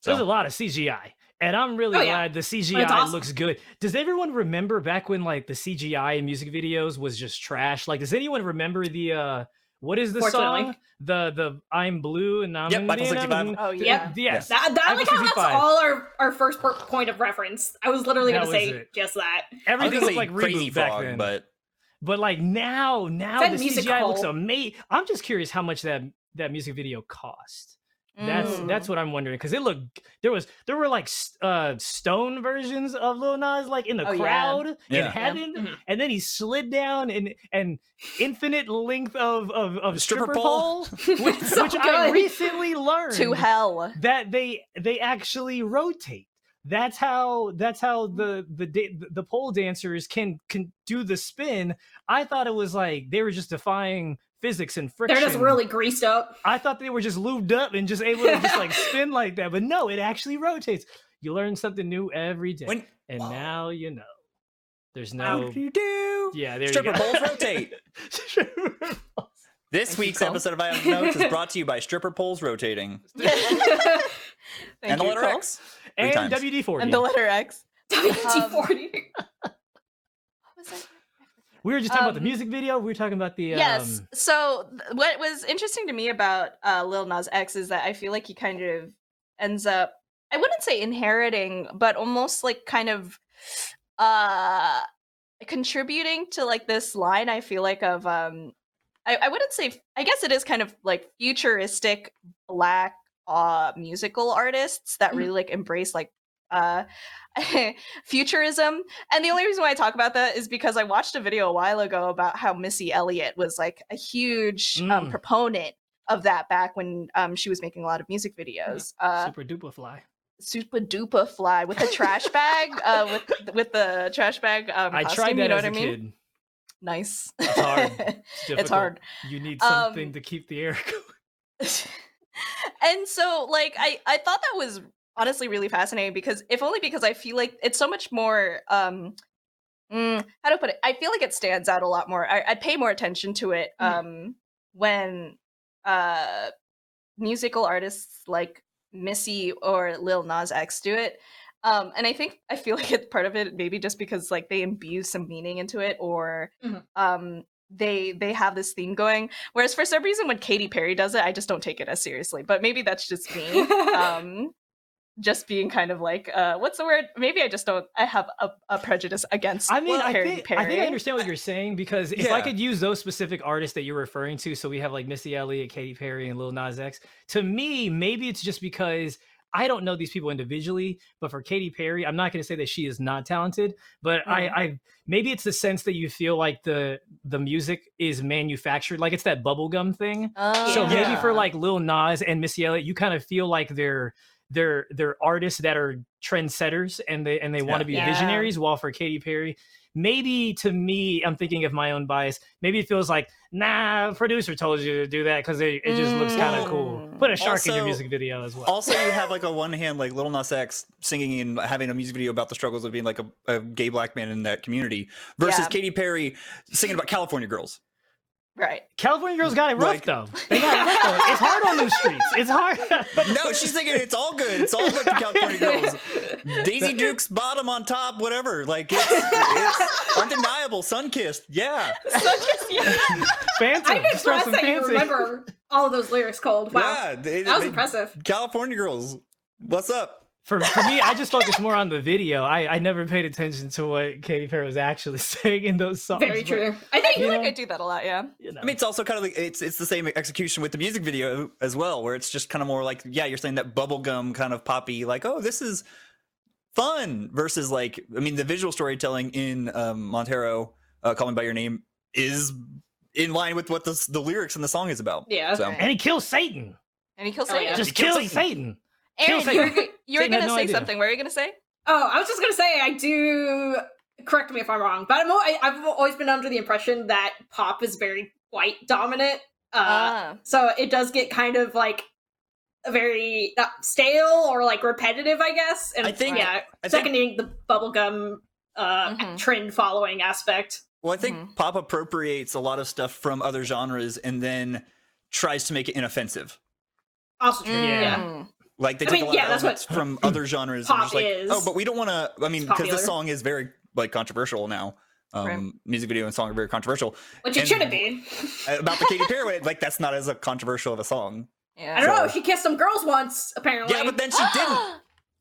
E: There's a
C: So
E: lot of CGI. And I'm really
D: Oh, yeah.
E: glad the CGI
D: awesome.
E: looks good. Does everyone remember back when like the CGI in music videos was just trash? Like, does anyone remember the uh what is the
D: Fortunately.
E: song? The the I'm blue and I'm
C: Yep, Michael
E: Indian,
C: 65.
E: I'm-
B: Oh
E: Th-
B: yeah.
E: Yes.
D: That, that
E: I'm
D: like how that's
E: 65.
D: all our, our first por- point of reference. I was literally
E: That
D: gonna
E: was
D: say
E: it.
D: just that.
E: Everything
C: I was
E: looked
C: gonna
E: like
C: say crazy
E: reboot back
C: frog,
E: then.
C: but
E: But like now, now
D: that
E: the
D: music
E: CGI looks
D: hall.
E: amazing. I'm just curious how much that that music video cost. That's
B: Mm.
E: that's what I'm wondering because it looked there was there were like s- uh stone versions of Lil Nas like in the
B: Oh, yeah.
E: crowd
C: Yeah.
E: in heaven,
D: Mhm.
E: and then he slid down and and infinite length of of, of
C: Stripper
E: stripper,
C: pole?
E: pole, which,
D: So
E: which I
D: good.
E: recently learned
B: To hell.
E: that they they actually rotate that's how that's how
B: Mm-hmm.
E: the the da- the pole dancers can can do the spin i thought it was like they were just defying physics and friction
D: They're just really greased up.
E: i thought they were just lubed up and just able to just like spin like that but no it actually rotates you learn something new every day
C: when
E: and
C: Whoa.
E: now you know there's
C: how
E: no
C: do you do?
E: yeah there
C: Stripper
E: you go
C: poles rotate. This
B: Thank you,
C: week's
B: Cole.
C: episode of I Have Notes is brought to you by stripper poles rotating
B: Um, Thank
C: and the
B: you,
C: letter
B: Cole.
C: X.
E: and
C: times.
E: wd-40
B: And the letter X.
D: WT40.
B: What was that?
E: we were just talking about the
B: um,
E: music video we were talking about the
B: Yes.
E: um,
B: So th- what was interesting to me about uh, Lil Nas X is that I feel like he kind of ends up I wouldn't say inheriting, but almost like kind of uh contributing to like this line I feel like of um I, I wouldn't say I guess it is kind of like futuristic black uh musical artists that
E: Mm.
D: Mhm.
B: really like embrace like uh futurism and
E: Mm.
B: the only reason why I talk about that is because I watched a video a while ago about how Missy Elliott was like a huge um,
E: Mm.
B: proponent of that back when um, she was making a lot of music videos. Uh,
E: super duper fly
B: super duper fly with the trash bag, uh, with with the trash bag. Um,
E: I
B: costume,
E: tried that
B: you know
E: as
B: what I
E: a
B: mean?
E: kid.
B: Nice.
E: It's hard.
B: it's
E: difficult.
B: hard.
E: You need
B: Um,
E: something to keep the air going.
B: and so like I I thought that was honestly really fascinating because if only because I feel like it's so much more um mm, how to put it I feel like it stands out a lot more I, I pay more attention to it
D: Mhm.
B: um when uh musical artists like Missy or Lil Nas X do it um and I think I feel like it's part of it maybe just because like they imbue some meaning into it or
D: Mhm.
B: um they they have this theme going whereas for some reason when Katy Perry does it I just don't take it as seriously but maybe that's just me um just being kind of like uh what's the word maybe i just don't i have a, a prejudice against
E: I mean, I,
B: Harry
E: think,
B: Perry.
E: I think I understand what you're saying because if I
C: Yeah.
E: could use those specific artists that you're referring to, so we have like Missy Elliott, Katy Perry, and Lil Nas X. To me, maybe it's just because I don't know these people individually, but for Katy Perry, I'm not going to say that she is not talented, but I,
B: Mm-hmm.
E: I maybe it's the sense that you feel like the the music is manufactured, like it's that bubblegum thing.
C: Oh.
E: So maybe for like Lil Nas and Missy Elliott, you kind of feel like they're they're they're artists that are trendsetters and they and they want
C: Yeah.
E: to be
B: Yeah.
E: visionaries. While for Katy Perry, maybe to me, I'm thinking of my own bias. Maybe it feels like nah, producer told you to do that because it, it just looks kind of cool.
B: Mm.
E: Put a shark in your
C: Also-
E: music video as well.
C: Also, you have like on one hand like Little Nas X singing and having a music video about the struggles of being like a, a gay black man in that community versus
B: Yeah.
C: Katy Perry singing about California girls.
B: right
E: California girls got it rough
C: Like-
E: though. They got it rough though. It's hard on them streets. It's hard.
C: No, she's thinking it's all good. It's all about the California girls. Daisy Duke's bottom on top, whatever. Like it's, it's undeniable, sun kissed. Yeah.
B: so just, yeah.
E: Phantom.
D: I'm
E: Just throw
D: impressed
E: some
D: that you
E: Phantom.
D: remember all of those lyrics cold. Wow.
C: Yeah, they-
D: that was
C: they-
D: impressive.
C: California girls, what's up?
E: For, for me, I just focused more on the video. I, I never paid attention to what Katy Perry was actually saying in those songs.
D: Very
E: but,
D: true. I
B: I
D: think
B: feel
E: You
B: like
E: know?
B: I do that a lot, yeah.
E: you know.
C: I mean, it's also kind of like it's it's the same execution with the music video as well, where it's just kind of more like yeah, you're saying that bubblegum kind of poppy, like oh, this is fun versus like I mean, the visual storytelling in um, Montero, uh, Call Me by Your Name, is in line with what the s- the lyrics and the song is about.
D: Yeah.
C: So.
E: and he kills Satan.
B: And he kills
D: Oh,
B: Satan.
D: yeah.
E: Just
C: He kills
E: kills Satan.
B: Aaron,
E: kills
B: you
E: Satan.
B: were, you were
E: Satan had
B: gonna
E: no
B: say
E: idea.
B: something. What were you gonna say?
D: Oh, I was just gonna say I do. Correct me if I'm wrong, but I'm, al- I, I've always been under the impression that pop is very white dominant. Uh,
C: Mm.
B: Ah.
D: so it does get kind of like a very uh, stale or like repetitive, I guess. And
C: I think-
D: yeah,
C: I think
D: seconding the bubblegum uh,
B: Mhm.
D: trend following aspect.
C: Well, I think
B: Mhm.
C: pop appropriates a lot of stuff from other genres and then tries to make it inoffensive.
D: Also true.
E: Mm.
D: Yeah.
C: Like they
D: I
C: take
D: mean,
C: a lot
D: yeah,
C: of
D: that's what
C: elements from other genres.
D: pop
C: and just like,
D: is.
C: Oh, but we don't want to. I mean,
D: It's
C: because this
D: popular.
C: song is very like controversial now. Um,
B: Right.
C: Music video and song are very controversial.
D: Which it
C: And-
D: shouldn't be.
C: Uh, About the Katy Perry, way, like that's not as a controversial of a song.
D: I
B: yeah.
D: don't
C: so-
D: know. She kissed some girls once, apparently.
C: Yeah, but then she didn't.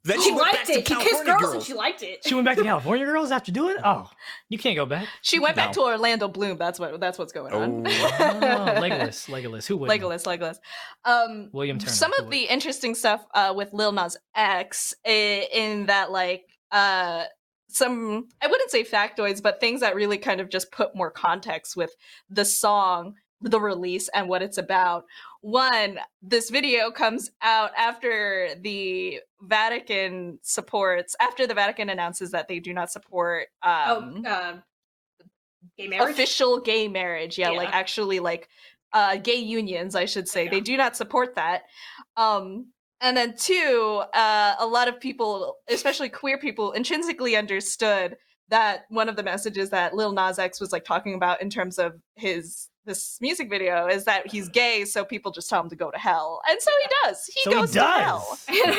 C: Then she,
D: "Oh, she
C: went
D: liked
C: back
D: it.
C: to
D: She kissed
C: California
D: girls,
C: Girls.
D: and she liked it.
E: She went back to California Girls after doing it. Oh, you can't go back.
B: She went back
C: No.
B: to Orlando Bloom. That's what that's what's going on.
C: Oh.
E: Oh, Legolas, Legolas, who would
B: Legolas, Legolas. Um,
E: William Turner.
B: some
E: who
B: of
E: wouldn't?
B: the interesting stuff uh, with Lil Nas X i- in that like uh, some I wouldn't say factoids, but things that really kind of just put more context with the song, the release, and what it's about. One, this video comes out after the Vatican supports after the Vatican announces that they do not support um,
D: oh, uh, gay marriage.
B: official gay marriage yeah, like
D: Yeah.
B: actually like uh gay unions i should say they
D: Yeah.
B: do not support that um and then two uh a lot of people especially queer people intrinsically understood that one of the messages that lil nas x was like talking about in terms of his this music video is that he's gay so people just tell him to go to hell and so he does he
E: so
B: goes
E: he
B: to hell
E: does.
D: and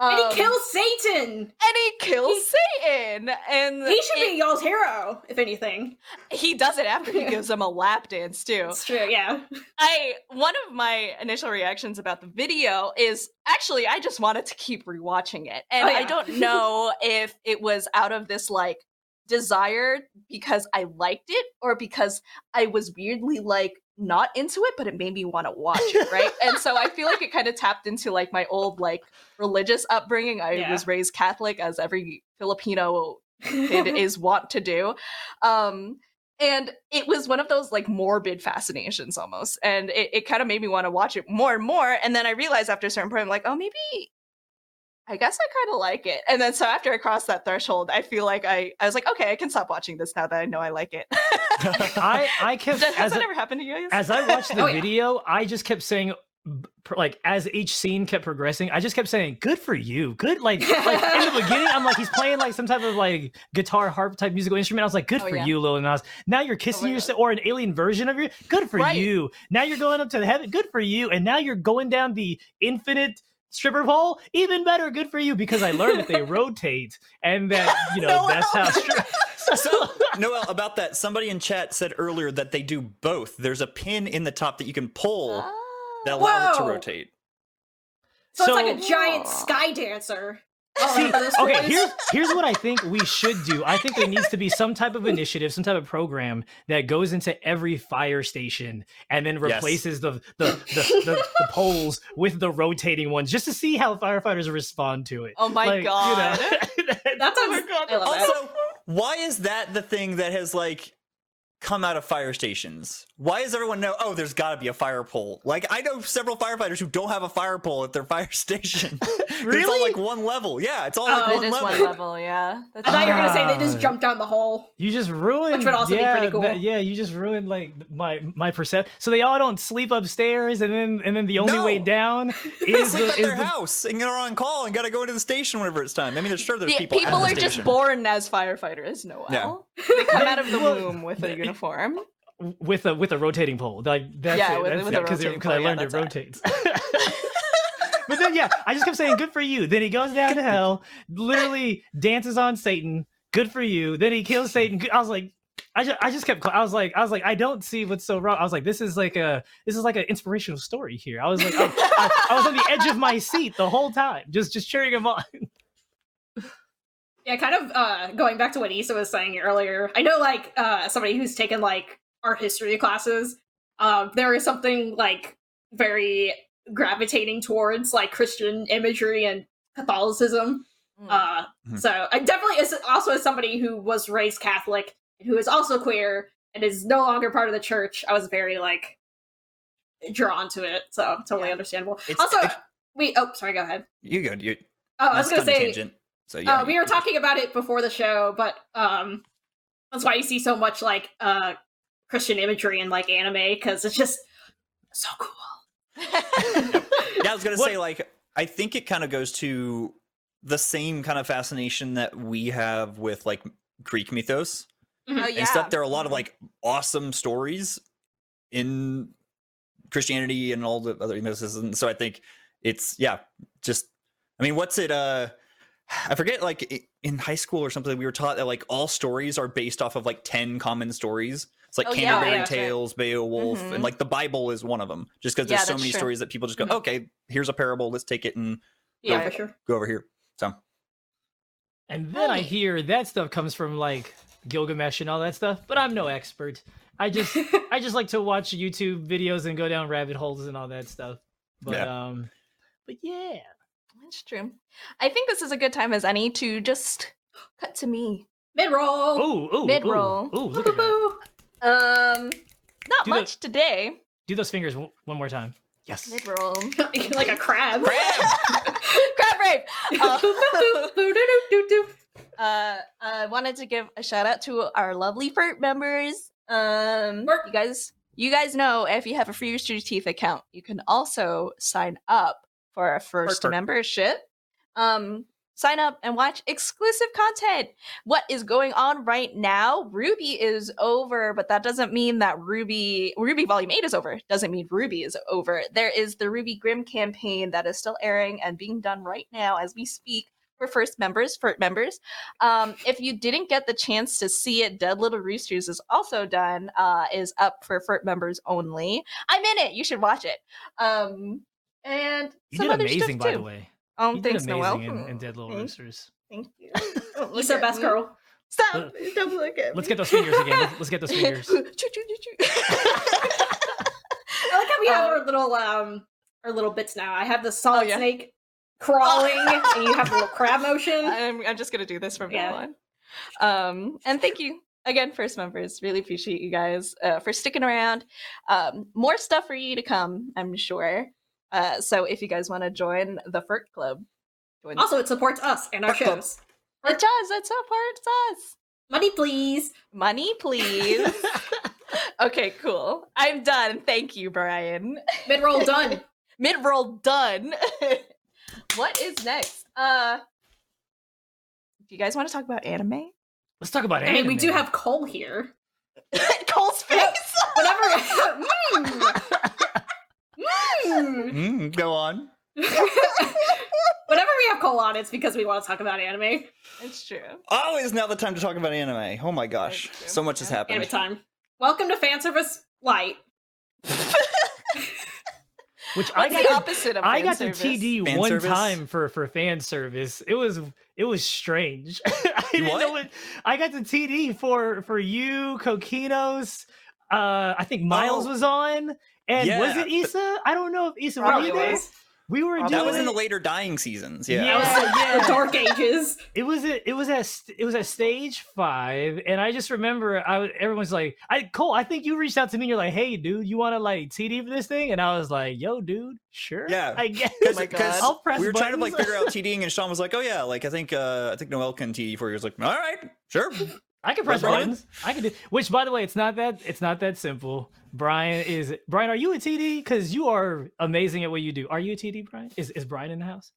B: Um,
D: he kills Satan.
B: and he kills satan and
D: He should
B: it-
D: be y'all's hero, if anything.
B: he does it after he gives him a lap dance too
D: It's true, yeah.
B: I one of my initial reactions about the video is actually I just wanted to keep rewatching it. And
D: Oh,
B: I
D: yeah.
B: don't know if it was out of this like desire because I liked it or because I was weirdly like not into it, but it made me want to watch it, right? and so I feel like it kind of tapped into like my old like religious upbringing. I
D: Yeah.
B: was raised Catholic as every Filipino kid
D: yeah,
B: is want to do. Um, and it was one of those like morbid fascinations almost. And it, it kind of made me want to watch it more and more. And then I realized after a certain point, I'm like, oh, maybe I guess I kind of like it. And then so after I crossed that threshold, I feel like I, I was like, okay, I can stop watching this now that I know I like it.
E: I, I kept
B: Does- Has
E: as
B: that
E: I,
B: ever happened to you guys?
E: as I watched the
D: Oh, yeah.
E: video, I just kept saying, b- pr- like as each scene kept progressing, I just kept saying, "Good for you, good." Like, like in the beginning, I'm like, he's playing like some type of like guitar, harp type musical instrument. I was like, "Good
B: Oh,
E: for
B: yeah.
E: you, Lil Nas." Now you're kissing
B: my God.
E: yourself, or an alien version of you. Good for
B: Right.
E: you. Now you're going up to heaven. Good for you. And now you're going down the infinite stripper pole. Even better. Good for you because I learned that they rotate and that you
B: No,
E: know that's how.
B: no.
E: Stri-
C: so, Noel, about that, somebody in chat said earlier that they do both. There's a pin in the top that you can pull
B: Ah.
C: that allows it
D: Oh. Whoa.
C: to rotate.
D: So, it's like a giant
B: Aw.
D: sky dancer. Oh,
E: See,
D: for this
E: okay,
D: voice.
E: here's here's what I think we should do. I think there needs to be some type of initiative, some type of program that goes into every fire station and then
C: Yes.
E: replaces the the, the, the, the poles with the rotating ones, just to see how firefighters respond to it.
B: Oh my
E: Like, you know,
B: God.
D: That sounds. I love that.
C: also, why is that the thing that has like come out of fire stations? Why does everyone know? Oh, there's got to be a fire pole. Like I know several firefighters who don't have a fire pole at their fire station. It's all
E: Really?
C: like one level. Yeah, it's all
D: Oh,
C: like
B: It
C: one
B: is
C: level.
B: one level, yeah. That's
D: I thought you were gonna say they just
E: Ah.
D: jumped down the hole.
E: you just ruined.
D: also be
E: yeah,
D: pretty cool.
E: that- yeah, you just ruined like my my perception. So they all don't sleep upstairs, and then and then the only way
C: No.
E: down
C: They
E: is the,
C: sleep at
E: is
C: their
E: the
C: house and they're on call and got to go into the station whenever it's time. I mean, there's sure there's
B: The-
C: people.
B: people
C: at the
B: are just
C: station.
B: born as firefighters, Noel.
C: Yeah.
B: They come out of the
E: Well,
B: womb with a uniform.
E: with a with a rotating pole. Like that's
B: Yeah,
E: it.
B: with-
E: that's
B: with
E: it,
B: a
E: 'cause it-
B: rotating
E: 'cause I
B: pole, yeah,
E: learned it
B: that's it.
E: rotates. but then yeah, I just kept saying, "Good for you." Then he goes down to hell, literally dances on Satan. Good for you. Then he kills Satan. Good- I was like, I just, I just kept. I was like, I was like, I don't see what's so wrong. I was like, this is like a, this is like an inspirational story here. I was like, I, I, I was on the edge of my seat the whole time, just, just cheering him on.
D: Yeah, kind of uh, going back to what Issa was saying earlier. I know, like uh, somebody who's taken like art history classes, um, there is something like very gravitating towards like Christian imagery and Catholicism.
B: Hmm. Mm.
D: Uh,
C: Mhm.
D: So I definitely is also as somebody who was raised Catholic and who is also queer and is no longer part of the church. I was very like drawn to it, so totally
B: Yeah.
D: understandable.
C: It's-
D: also,
C: it's-
D: we oh sorry, go ahead.
C: You go. You,
D: Oh, I
C: that's
D: was gonna
C: kind of
D: say
C: tangent. So yeah,
D: uh, we
C: you-
D: were talking about it before the show, but um, that's why you see so much like uh Christian imagery in like anime because it's just so cool.
C: Yeah, I was gonna
E: What-
C: say like I think it kind of goes to the same kind of fascination that we have with like Greek mythos.
B: oh, yeah.
C: and stuff. There are a lot of like awesome stories in Christianity and all the other myths. And so I think it's yeah, just I mean, what's it? Uh, I forget. Like i- in high school or something, we were taught that like all stories are based off of like ten common stories. It's like
B: Oh, yeah,
C: Canterbury
D: yeah,
B: that's right.
C: Tales, Beowulf,
B: Mhm.
C: and like the Bible is one of them. Just because
B: Yeah,
C: there's so
B: that's
C: many
B: true.
C: stories that people just go,
B: Mhm.
C: okay, here's a parable. Let's take it and
D: Yeah,
B: Right.
D: for sure.
C: go over here.
E: And then I
B: Right.
E: hear that stuff comes from like Gilgamesh and all that stuff, but I'm no expert. I just I just like to watch YouTube videos and go down rabbit holes and all that stuff. But um but yeah.
B: That's true. I think this is a good time as any to just cut to me.
D: Mid roll.
E: Oh, oh,
B: Mid-roll.
E: Ooh, look at that.
B: Um, not
E: Do the-
B: much today.
E: Do those fingers w- one more time. Yes.
B: Mid roll.
D: like a crab.
B: Crab rape. Uh,
D: Boop-boop-boop-doop-doop-doop.
B: uh, I wanted to give a shout out to our lovely FERT members. Um,
D: Furt.
B: you guys, you guys know if you have a Free Rooster Teeth account, you can also sign up for a first
C: furt.
B: membership. Um, sign up and watch exclusive content. What is going on right now? Ruby is over, but that doesn't mean that Ruby Ruby Volume Eight is over. Doesn't mean Ruby is over. There is the Ruby Grim campaign that is still airing and being done right now as we speak for first members, FERT members. Um, if you didn't get the chance to see it, Dead Little Roosters is also done, uh, is up for FERT members only. I'm in it. You should watch it. Um, and
E: You
B: some
E: did
B: other stuff,
E: amazing, by the
B: too.
E: way.
B: Um,
E: You did
B: thanks, Noel.
E: amazing in, in Dead Little
B: Thank-
E: Roosters.
B: Thank you.
D: Issa, best girl.
B: Stop! Don't look at
E: Let's
B: me.
E: get those fingers again. Let's, let's get those fingers.
B: Choo, choo, choo, choo.
D: I like how we have
B: Um,
D: our little um our little bits now. I have the solid
B: yeah.
D: snake crawling, and you have the little crab motion.
B: I'm, I'm just gonna do this from
D: Yeah.
B: now on. Um, and thank you again, first members. Really appreciate you guys uh, for sticking around. Um, more stuff for you to come, I'm sure. Uh, so if you guys want to join the FERT Club, join
D: Also, it supports us and our
C: Fuck up.
D: shows.
B: it does. That's how far it does.
D: Money, please.
B: Money, please. okay, cool. I'm done. Thank you, Brian.
D: Mid roll done.
B: Mid roll done. what is next? Uh, do you guys want to talk about anime?
E: Let's talk about
D: I
E: anime.
D: mean, we do have Cole here.
B: Cole's face.
D: Whenever. Mm. Mm.
B: Mm-hmm.
C: Mm, go on.
D: Whenever Hmm. we have Cole on, it's because we want to talk about anime.
B: It's true.
C: Always now the time to talk about anime. Oh my gosh,
B: That's true.
C: so much has
B: Yeah.
C: happened.
D: Anime time. Welcome to fan service light.
E: which
B: What's
E: I got
B: the
E: to-
B: opposite of
E: I
B: fan
E: got
B: service?
E: the TD
C: Fan
E: one
C: service?
E: time for for fan service. It was it was strange. I
C: what?
E: what I got the TD for for you, Coquinos. Uh, I think Miles
C: Oh.
E: was on, and was
C: Yeah,
E: it Issa? I don't know if Issa were
B: Probably
E: you there.
B: was.
E: We were
D: Probably
E: doing
C: That was in the
E: it-
C: later dying seasons.
E: yeah.
C: Yeah.
D: The dark ages.
E: It was at, it was at st- it was at stage five, and I just remember I was- everyone's like, "I Cole, I think you reached out to me. and You're like, hey, dude, you want to like TD for this thing?" And I was like, "Yo, dude, sure,
C: Yeah.
E: I guess."
B: Oh my God.
E: I'll press
C: we were trying to like
E: buttons.
C: figure out TDing, and Sean was like, "Oh yeah, like I think uh I think Noel can TD for you." I was like, "All right, sure."
E: I can press
C: Right, Brian?
E: buttons. I can do. Which, by the way, it's not that it's not that simple. Brian is Brian. Are you a TD? Because you are amazing at what you do. Are you a TD, Brian? Is is Brian in the house?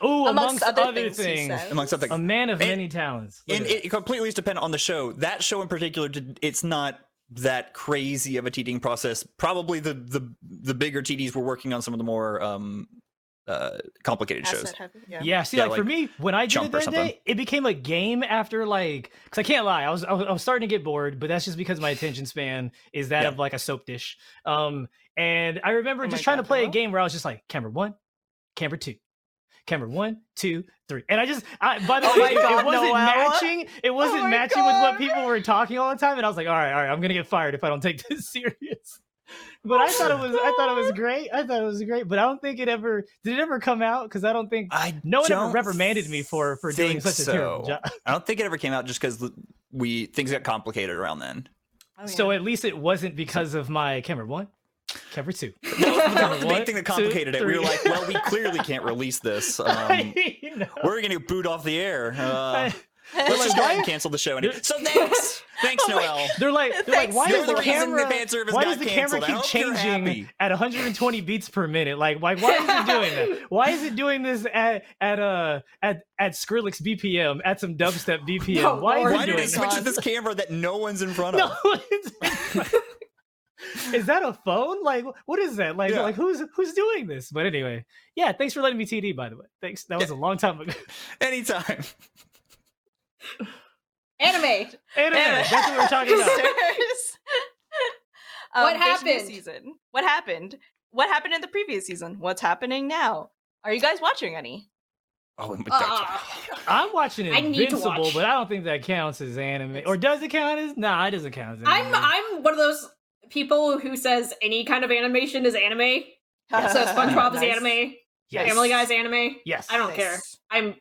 E: Oh, amongst, other, things,
B: he says.
C: Amongst other
E: a
C: things,
E: man of
C: And-
E: many talents. Look
C: and
E: at that.
C: it completely is dependent on the show. That show in particular, did- it's not that crazy of a TDing process. Probably the the the bigger TDs were working on some of the more um uh, complicated
B: Asset
C: shows.
B: heavy.
E: Yeah,
B: Yeah.
E: see,
C: Yeah,
E: like, for
C: like,
E: me, when I did it
C: jump or
E: that
C: something.
E: day, it became a game after like, because I can't lie, I was, I was I was starting to get bored, but that's just because my attention span is that
C: Yeah.
E: of like a soap dish. Um, and I remember
B: Oh
E: just
B: my
E: trying to
B: God,
E: play a
B: no.
E: game where I was just like, camera one, camera two. Camera one, two, three, and I just I, by the
B: Oh
E: way,
B: my
E: it-
B: God,
E: it wasn't
B: Noella.
E: matching. It wasn't
B: my
E: matching with what
B: God.
E: people were talking all the time, and I was like, all right, all right, I'm gonna get fired if I don't take this serious. But I thought it was, I thought it was great. I thought it was great, but I don't think it ever did. It ever come out because I don't think
C: I
E: no one ever
C: don't
E: reprimanded me for for doing
C: think
E: such a terrible
C: so.
E: job.
C: I don't think it ever came out just because we things got complicated around then.
B: Oh,
E: So
B: yeah.
E: at least it wasn't because of my camera one, camera two.
C: That was the
E: One,
C: big thing that
E: two,
C: complicated it. We were
E: three.
C: like, well, we clearly can't release this. Um,
E: You know?
C: we're gonna get booed off the air. Uh,
E: I-
C: let's
E: like,
C: just go ahead and
E: why-
C: cancel the show. Anyway.
E: You're-
C: So thanks, thanks,
B: Oh my
C: Noel.
E: they're like, they're like,
B: Thanks.
E: why
C: You're
E: does
C: the
E: the
C: reason
E: camera?
C: the fan service
E: Why
C: got
E: does the camera
C: canceled. I
E: keep
C: hope you're
E: changing
C: happy.
E: at 120 beats per minute? Like, why? Why is it doing that? Why is it doing this at at uh at at Skrillex BPM at some dubstep BPM?
D: No,
E: why is
D: Lord.
E: it
C: Why did
E: doing
C: it
E: that?
C: switch to this camera that no one's in front of?
E: No, it's- is that a phone? Like, what is that? Like,
C: Yeah.
E: like who's who's doing this? But anyway, yeah. Thanks for letting me TD. By the way, thanks. That was a long time ago.
C: Anytime.
D: Anime.
E: Anyway,
B: Anyway.
E: that's what we're talking about.
B: Sisters.
D: What
B: Um, there's a new
D: happened?
B: Season. What happened? What happened in the previous season? What's happening now? Are you guys watching any?
C: Oh
E: Ah.
C: my god.
D: Uh,
E: I'm watching
D: I need to
E: Invincible,
D: watch.
E: but I don't think that counts as anime. Or does it count as? Nah, it doesn't count as.
D: I'm
E: Anime.
D: I'm one of those people who says any kind of animation is anime. So SpongeBob is
B: Nice.
D: anime.
E: yes.
D: Family Guy's anime.
E: Yes.
D: I don't care.
B: Nice.
D: I'm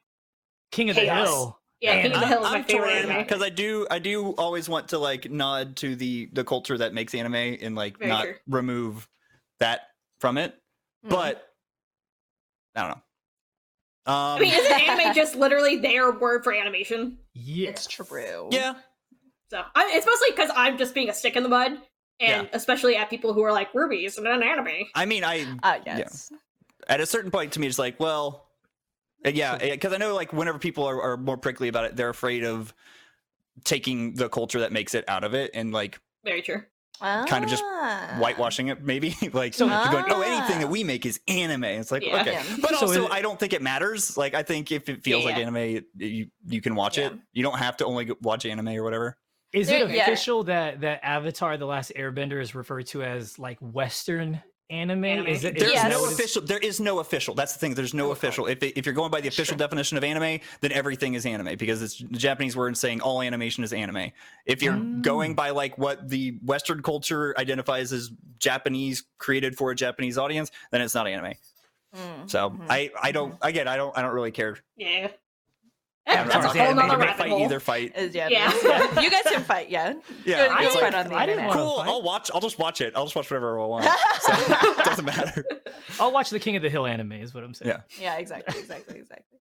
E: King of
D: Chaos.
E: the Hill.
D: yeah, King of the
E: I'm-
D: Hill is my favorite
B: torn.
D: anime.
C: because I do I do always want to like nod to the the culture that makes anime and like
D: Very
C: not
D: true.
C: remove that from it.
D: Hmm.
B: Mhm.
C: But I don't know. Um,
D: I mean, isn't anime just literally their word for animation?
E: Yeah.
B: it's true.
C: yeah,
D: So I, it's mostly because I'm just being a stick in the mud, and especially at people who are like, "Ruby isn't an anime."
C: I mean, I
B: Uh, yes.
C: at a certain point to me, it's like, well, uh, yeah, because I know like whenever people are, are more prickly about it, they're afraid of taking the culture that makes it out of it and like
D: Very true.
C: Kind of just
B: Ah.
C: whitewashing it, maybe like
E: So-
C: you're going, oh,
B: Ah.
C: anything that we make is anime. It's like
D: Yeah.
C: okay,
B: Yeah.
C: but
E: So
C: also
E: is it-
C: I don't think it matters. Like I think if it feels like
D: Yeah.
C: anime, it- you you can watch it.
B: Yeah.
C: You don't have to only go- watch anime or whatever.
E: Is
B: There-
E: it
B: yeah.
E: official that that Avatar: The Last Airbender is referred to as like Western anime?
D: Anime.
E: Is it? is
C: There's
E: that
C: no
E: what it's-
C: official. There is no official. That's the thing. There's no official. If it, if you're going by the official definition of anime, then everything is anime because it's the Japanese word saying all animation is anime. If you're
E: Mm.
C: going by like what the Western culture identifies as Japanese created for a Japanese audience, then it's not anime.
B: Mm,
C: So
B: mhm.
C: I I don't again I don't I don't really care.
D: Yeah.
C: Yeah,
D: That's
E: Avatar's
C: not
D: a whole
E: anime.
D: nother
E: They
C: anime.
D: rabbit
C: Fight
D: hole.
C: either fight.
B: Uh, yeah,
D: Yeah.
B: there's- yeah. You guys can fight, yeah.
C: Yeah,
B: Good-
C: it's
B: good
C: like,
B: fight on the
E: I didn't
B: internet.
E: wanna
C: cool. oh,
E: fight.
C: I'll watch. I'll just watch it. I'll just watch whatever I want. So it doesn't matter.
E: I'll watch the King of the Hill anime. Is what I'm saying.
C: Yeah.
B: Yeah, exactly, exactly, exactly.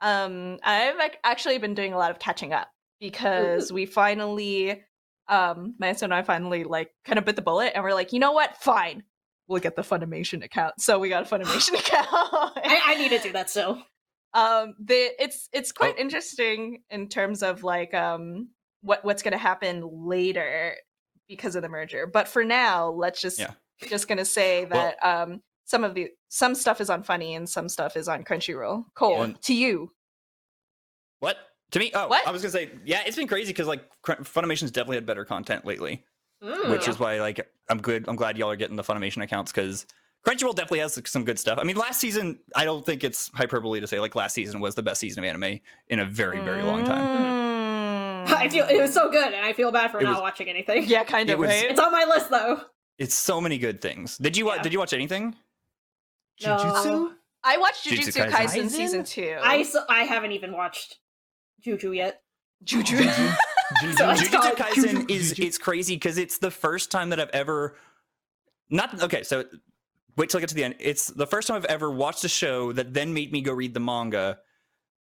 B: Um, I've ac- actually been doing a lot of catching up because we finally, um, my son and I finally like kind of bit the bullet, and we're like, you know what? Fine, we'll get the Funimation account. So we got a Funimation account.
D: I, I need to do that still.
B: um the it's
C: Oh.
B: it's quite interesting in terms of like um what what's going to happen later because of the merger but for now let's just
C: Yeah.
B: just going to say
C: Well-
B: that um some of the some stuff is on funny and some stuff is on crunchyroll cole
C: Yeah.
B: to you
C: What to me? Oh,
B: What?
C: I was gonna say yeah. It's been crazy because like Cr- Funimation's definitely had better content lately,
D: Mm. Hmm.
C: which is why like I'm good. I'm glad y'all are getting the Funimation accounts because Crunchyroll definitely has like, some good stuff. I mean, last season I don't think it's hyperbole to say like last season was the best season of anime in a very very long time.
B: Mm.
D: I feel it was so good, and I feel bad for
C: It
D: not
C: was-
D: watching anything.
B: yeah kind
C: It
B: of
C: was-
B: right
D: It's on my list though.
C: It's so many good things. Did you wa-
D: Yeah.
C: did you watch anything?
D: No.
E: Jujutsu?
B: i watched
C: Jujutsu
B: jujutsu
C: Kaisen?
B: kaisen season two
D: I s- I haven't even watched Juju yet.
B: Jujutsu.
D: So it's
C: Jujutsu
D: called
C: Kaisen
E: Jujutsu-
C: is
E: Jujutsu.
C: it's crazy because it's the first time that I've ever not okay. So wait till I get to the end. It's the first time I've ever watched a show that then made me go read the manga.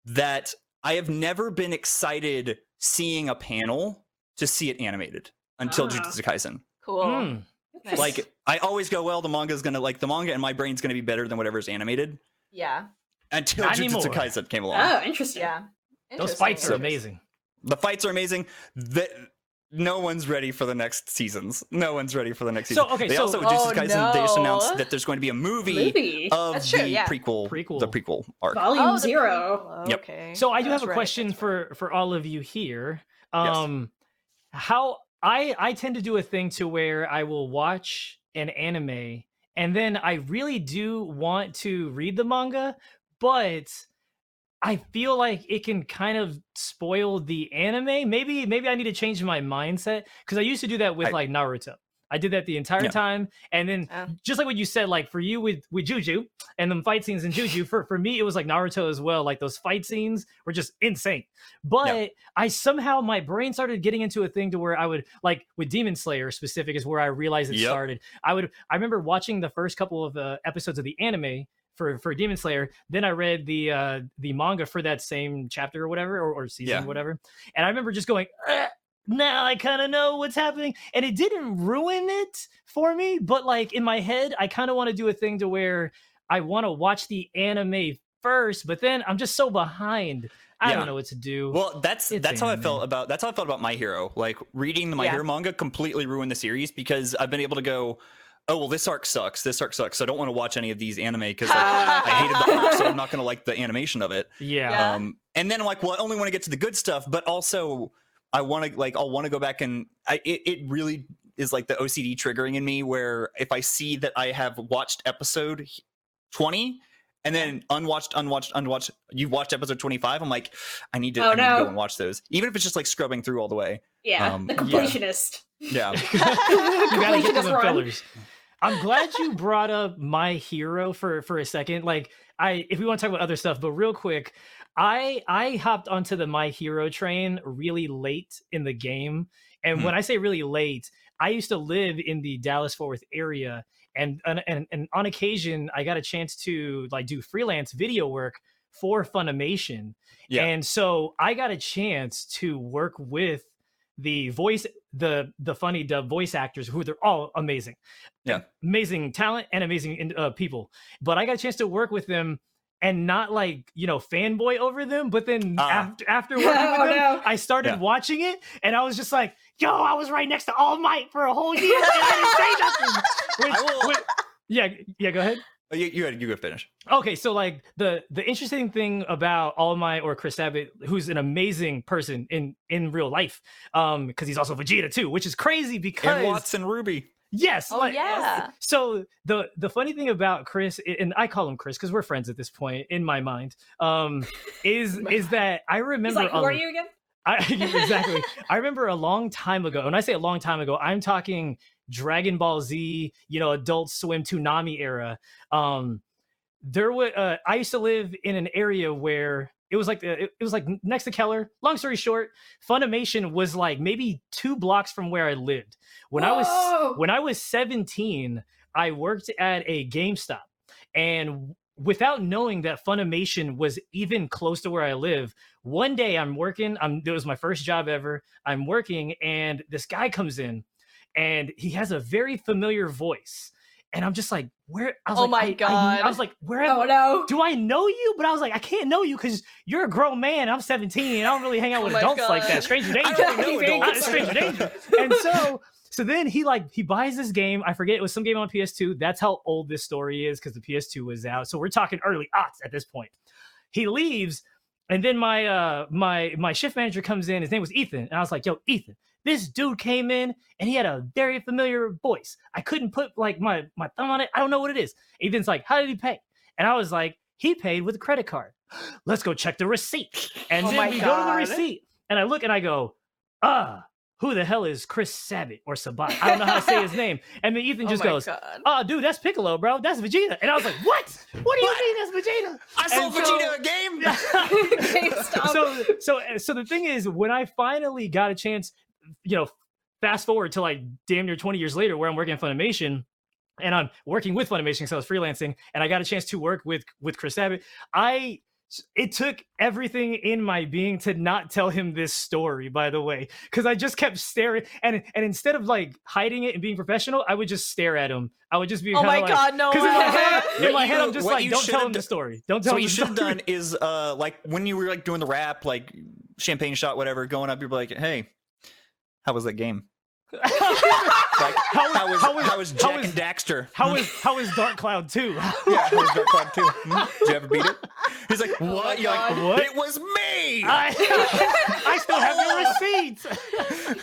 C: That I have never been excited seeing a panel to see it animated until
D: Ah.
C: Jujutsu Kaisen.
B: cool
D: Hmm.
E: Mm.
B: Nice.
C: Like I always go, well, the manga's gonna like the manga and my brain's gonna be better than whatever's animated
B: yeah
C: until
E: Not
C: Jujutsu
E: anymore.
C: Kaisen came along.
D: oh, interesting.
B: yeah
E: Those
B: Interesting.
E: fights are
C: So-
E: amazing.
C: The fights are amazing. The no one's ready for the next seasons. No one's ready for the next
E: So,
C: season.
E: okay,
C: they
E: so-
C: also just,
B: Oh,
C: guys, they just announced
B: no.
C: that there's going to be a movie, uh,
D: Movie.
C: of
B: That's true,
C: the
B: yeah.
C: prequel,
E: Prequel.
C: the prequel arc.
D: Volume
B: Oh, the
D: Zero.
B: prequel,
C: Yep.
B: Okay.
E: So I do
B: That's
E: have a
B: right,
E: question
B: that's
E: for for all of you here.
C: Yes.
E: Um how I I tend to do a thing to where I will watch an anime and then I really do want to read the manga, but I feel like it can kind of spoil the anime. Maybe maybe I need to change my mindset cuz I used to do that with
C: I-
E: like Naruto. I did that the entire
C: Yeah.
E: time and then
B: Oh.
E: just like what you said like for you with with Juju, and then fight scenes in Juju. For for me, it was like Naruto as well. Like those fight scenes were just insane. But I somehow my brain started getting into a thing to where I would like with Demon Slayer specific is where I realized it
C: Yep.
E: started. I would I remember watching the first couple of uh, episodes of the anime. For, for Demon Slayer, then I read the uh, the manga for that same chapter or whatever or, or season
C: Yeah.
E: or whatever, and I remember just going, "Ugh, now I kind of know what's happening, and it didn't ruin it for me, but like in my head, I kind of want to do a thing to where I want to watch the anime first, but then I'm just so behind. I
C: Yeah.
E: don't know what to do.
C: Well, that's
E: It's
C: that's how I felt
E: anime.
C: about that's how I felt about My Hero. Like reading the My
B: Yeah.
C: Hero manga completely ruined the series because I've been able to go, oh well, this arc sucks. This arc sucks. So I don't want to watch any of these anime because like, I hated the arc, so I'm not going to like the animation of it.
E: yeah.
B: Yeah.
C: Um, and then I'm like, well, I only want to get to the good stuff, but also I want to like I'll want to go back and I it, it really is like the OCD triggering in me where if I see that I have watched episode 20 and then unwatched, unwatched, unwatched, you've watched episode 25, I'm like, I need to,
D: Oh,
C: I need to
D: no.
C: go and watch those. Even if it's just like scrubbing through all the way.
D: Yeah,
C: Um,
D: the
C: yeah.
D: completionist.
C: Yeah.
E: you gotta
D: Completionist
E: get to the
D: run.
E: fillers. I'm glad you brought up my hero for for a second. Like I, if we want to talk about other stuff, but real quick, I I hopped onto the my hero train really late in the game, and when I say really late, I used to live in the Dallas Fort Worth area, and and and, and on occasion I got a chance to like do freelance video work for Funimation,
C: Yeah.
E: and so I got a chance to work with the voice the the funny dub voice actors who they're all amazing
C: Yeah.
E: amazing talent and amazing in- uh, people but i got a chance to work with them and not like you know fanboy over them but then
C: Ah.
E: after after working with
D: Oh,
E: them
D: no.
E: i started
C: Yeah.
E: watching it and i was just like yo i was right next to all might for a whole year and i
C: I
E: didn't say nothing Which-
C: will-
E: which- yeah yeah go ahead
C: Oh, you, you, had- you go finish.
E: Okay, so like the the interesting thing about All Might or Chris Abbott, who's an amazing person in in real life, um, because he's also Vegeta too, which is crazy because
C: And Watson Ruby.
E: yes,
B: Oh
E: like-
B: yeah.
E: so the the funny thing about Chris, i- and I call him Chris because we're friends at this point in my mind, um, is is that I
D: He's
E: remember
D: like, who
E: a-
D: are you again?
E: I, exactly. I remember a long time ago. When I say a long time ago, I'm talking Dragon Ball Z, you know, Adult Swim Toonami era. Um, there was uh, I used to live in an area where it was like the, it, it was like n- next to Keller. Long story short, Funimation was like maybe two blocks from where I lived. When I
D: Whoa.
E: was when I was 17, I worked at a GameStop, and without knowing that Funimation was even close to where I live, one day I'm working. I'm it was my first job ever. I'm working, and this guy comes in, and he has a very familiar voice, and I'm just like, where? I was
B: Oh
E: like,
B: my
E: I- I- I,
B: God.
E: was like, where? am
D: Oh no.
E: do I know you? But I was like, I can't know you because you're a grown man. I'm 17. I don't really hang out
B: Oh
E: with
B: my
E: adults like that.
B: God.
E: Stranger danger.
C: I don't know adults.
E: Stranger danger. And so, so then he like he buys this game. I forget it was some game on PS2. That's how old this story is because the PS2 was out. So we're talking early aughts at this point. He leaves, and then my uh my my shift manager comes in. His name was Ethan, and I was like, Yo, Ethan. This dude came in and he had a very familiar voice. I couldn't put like my my thumb on it. I don't know what it is. Ethan's like, "How did he pay?" And I was like, he paid with a credit card. Let's go check the receipt. And
B: Oh
E: then
B: my
E: we go to the
B: God.
E: receipt. And I look and I go, ah, who the hell is Chris Sabat or Sabat? I don't know how to say his name. And then Ethan
B: Oh
E: just
B: my
E: goes,
B: God.
E: oh, dude, that's Piccolo, bro. That's Vegeta. And I was like, what? What do you mean that's Vegeta?
C: I saw
E: And
C: Vegeta
E: so-
C: a game.
D: GameStop.
E: so so so the thing is when i finally got a chance you know fast forward to like damn near 20 years later where i'm working at funimation and i'm working with funimation so i was freelancing and i got a chance to work with with chris abbott i it took everything in my being to not tell him this story by the way because i just kept staring and and instead of like hiding it and being professional i would just stare at him i would just be
B: Oh
E: kinda
B: my
E: like,
B: God. No
E: because in my head,
B: way.
E: in my
C: What
E: head, I'm
C: you-
E: just
C: what
E: like,
C: you
E: don't
C: should
E: tell
C: have
E: him
C: do-
E: the story. Don't
C: So
E: tell
C: what
E: him
C: you
E: the
C: should have
E: story.
C: done is uh like when you were like doing the rap, like champagne shot, whatever, going up, you're like, hey, How was that game?
E: how
C: Like,
E: How was-
C: how was
E: how was-
C: how was
E: how
C: Jack
E: was-
C: and Daxter?
E: is how is Dark Cloud 2?
C: yeah, how was Dark Cloud too? Hmm? Did you ever beat it? He's like, what? You're like,
D: God.
E: What?
C: It was me.
E: I, I still have your receipts.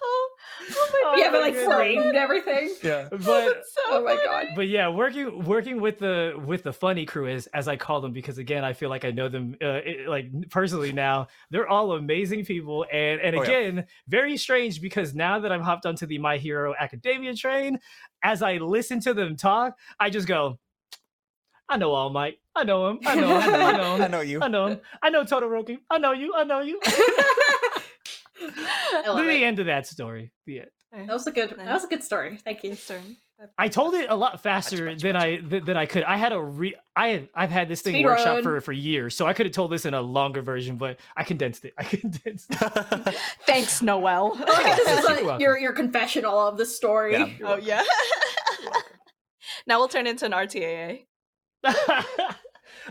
B: Oh, oh my
E: Oh
D: yeah, but
E: my
D: like
E: goodness.
D: framed everything.
C: yeah.
E: But
B: So
D: Oh my god.
E: but yeah, working working with the with the funny crew is as I call them because again I feel like I know them uh, it- like personally now. They're all amazing people and and
C: Oh, yeah.
E: again very strange because now that I'm hopped onto the My Hero Academia train, as I listen to them talk, I just go, I know All Might, I know him, I know him, I know
C: I
E: him.
C: know you.
E: I know him. I know Todoroki. I know you. I know you.
D: I love
E: the
D: it.
E: end of that story. The e-, end.
D: That was a good. That was a good story. Thank you.
E: I told it a lot faster than I th- than I could. I had a re I have, I've had this thing
D: Speed
E: workshop
D: run.
E: for for years, so I could have told this in a longer version, but I condensed it. I condensed. It.
B: Thanks, Noel.
D: I like that this is
E: You're
D: like
E: welcome.
D: your your confessional of the story.
C: Yeah.
B: oh yeah. now we'll turn into an RTAA.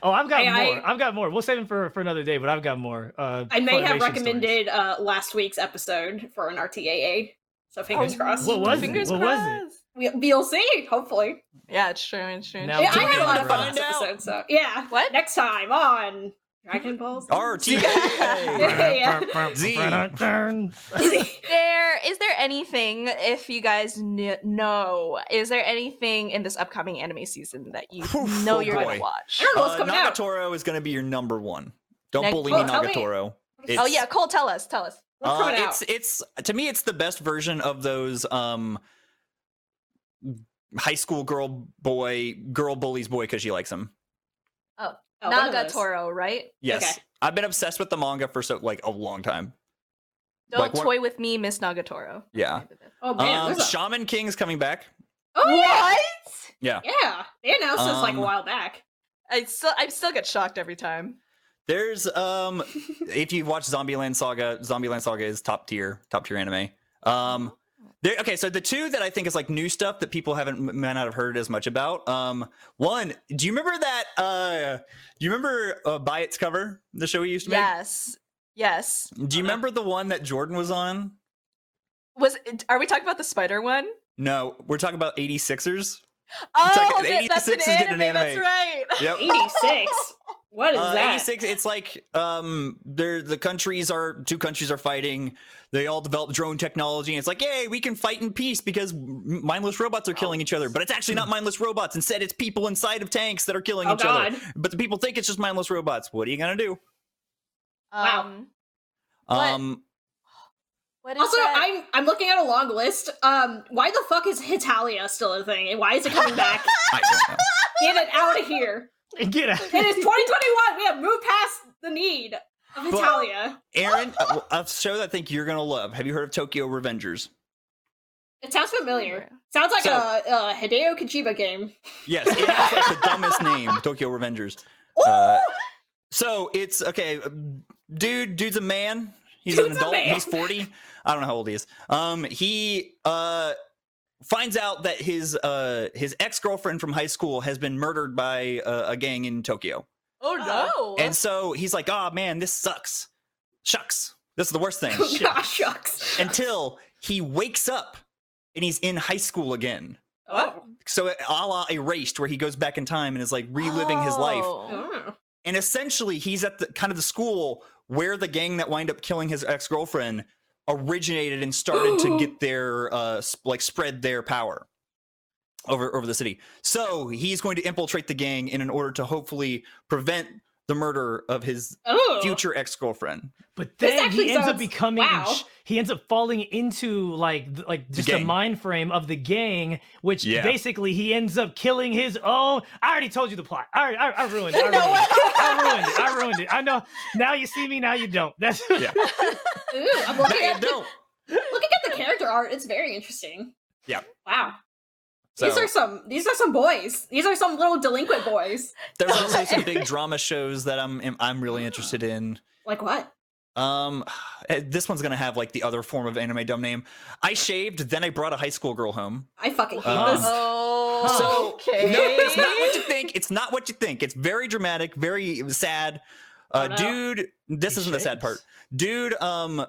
E: oh, I've got
D: Hey, I-
E: more. I, have got more. We'll save it for for another day, but I've got more. Uh,
D: I may have
E: Funimation stories.
D: recommended uh, last week's episode for an RTAA. So fingers crossed.
E: Oh, What was it?
B: Fingers
E: What was it?
B: crossed.
D: We, we'll see. Hopefully,
B: Yeah, it's true. It's true. it's
E: Now
D: yeah, I
E: Dragon
D: had a lot
E: Ball
D: of fun
E: Find
D: this
C: out.
D: episode. So yeah.
B: What?
D: Next time on Dragon Ball. Z.
C: RTA.
D: Yeah.
E: Z.
B: there is there anything if you guys kn- know is there anything in this upcoming anime season that you
C: Oof,
B: know
C: oh
B: you're
C: boy.
B: gonna watch
D: I don't know what's
C: Uh,
D: coming out.
C: Nagatoro is going to be your number one. Don't
B: Nag-
C: bully
D: Well,
C: me,
D: tell me-
C: Nagatoro.
B: oh
C: It's-
B: yeah cole tell us tell us
D: What's
C: Uh,
D: coming out?
C: it's it's to me it's the best version of those um high school girl boy girl bullies boy because she likes him.
D: Oh, one of those.
B: nagatoro right
C: Yes,
D: Okay.
C: I've been obsessed with the manga for so like a long time.
B: don't
C: Like what-
B: toy with me miss nagatoro
C: Yeah.
D: Oh man.
C: um,
D: there's a-
C: Shaman King's coming back.
D: oh yeah.
C: Yeah,
D: Yeah. They announced this like a
C: Um,
D: while back.
B: i still i still get shocked every time
C: there's um if you watch Zombieland Saga, Zombieland Saga is top tier, top tier anime. Um, there. Okay, so the two that I think is like new stuff that people haven't may not have heard as much about. Um, one, do you remember that? Uh, do you remember uh, by its cover, the show we used to
B: yes yes
C: make? Do you remember the one that Jordan was on?
B: was it- are we talking about the spider one
C: No, we're talking about 86ers.
B: Oh,
C: like the
B: that- that's an
C: 86 did an
B: anime, That's
C: anime.
B: right.
C: Yep.
D: 86. What is
C: Uh,
D: that?
C: 86 it's like um they're the countries are two countries are fighting they all develop drone technology and it's like yay we can fight in peace because m- mindless robots are killing each other but it's actually not mindless robots instead it's people inside of tanks that are killing
D: Hmm. Oh,
C: each other
D: God.
C: but the people think it's just mindless robots what are you gonna do
D: Wow.
B: Um, What?
C: um
B: what is
D: Also,
B: that?
D: I'm I'm looking at a long list. Um, why the fuck is Hitalia still a thing? And why is it coming back?
C: I don't know.
D: Get it out of here.
E: Get out.
D: It is 2021. We have moved past the need of
C: But-
D: Hitalia.
C: aaron a, a show that i think you're gonna love have you heard of tokyo revengers
D: It sounds familiar. Sounds like
C: So-
D: a, a Hideo Kojima game.
C: Yes, it has like the dumbest name, Tokyo Revengers. Uh, so it's okay, dude. Dude's a man. He's an
D: Dude's a
C: adult.
D: man.
C: He's forty. I don't know how old he is. Um, he uh finds out that his uh his ex girlfriend from high school has been murdered by uh, a gang in Tokyo,
B: oh no.
C: and so he's like, "Ah, man, this sucks. Shucks, this is the worst thing."
D: Gosh, Ah, shucks.
C: Until he wakes up and he's in high school again
D: Oh.
C: so a la erased where he goes back in time and is like reliving his life Um,
B: Oh.
D: Oh.
C: and essentially he's at the kind of the school where the gang that wind up killing his ex-girlfriend originated and started to get their uh sp- like spread their power over over the city so he's going to infiltrate the gang in, in order to hopefully prevent the murder of his
D: Oh.
C: future ex-girlfriend
E: But
D: This
E: then
D: actually
E: he ends up
D: sounds-
E: becoming
D: wow.
E: sh- he ends up falling into like th- like just the
C: gang.
E: mind frame of the gang, which
C: Yeah.
E: basically he ends up killing his own. I already told you the plot. I already, I, I ruined it. I ruined, it. I ruined it. I ruined it. I know. Now you see me. Now you don't. That's
C: Yeah.
D: Ooh, I'm looking
C: Hey,
D: at, the,
C: don't.
D: looking at the character art. It's very interesting.
C: Yeah.
D: Wow.
C: So,
D: These are some. These are some boys. These are some little delinquent boys.
C: there's also some big drama shows that I'm I'm really interested in.
D: Like what?
C: Um, eh, this one's gonna have like the other form of anime dumb name. I shaved, then I brought a high school girl home.
D: I fucking hate
C: Uh,
D: this.
B: Oh, okay. Hmm.
C: No, it's not what you think. It's not what you think. It's very dramatic, very sad. Uh,
D: Oh, no.
C: dude, this
E: He
C: isn't the sad
E: shaves.
C: part. Dude, um,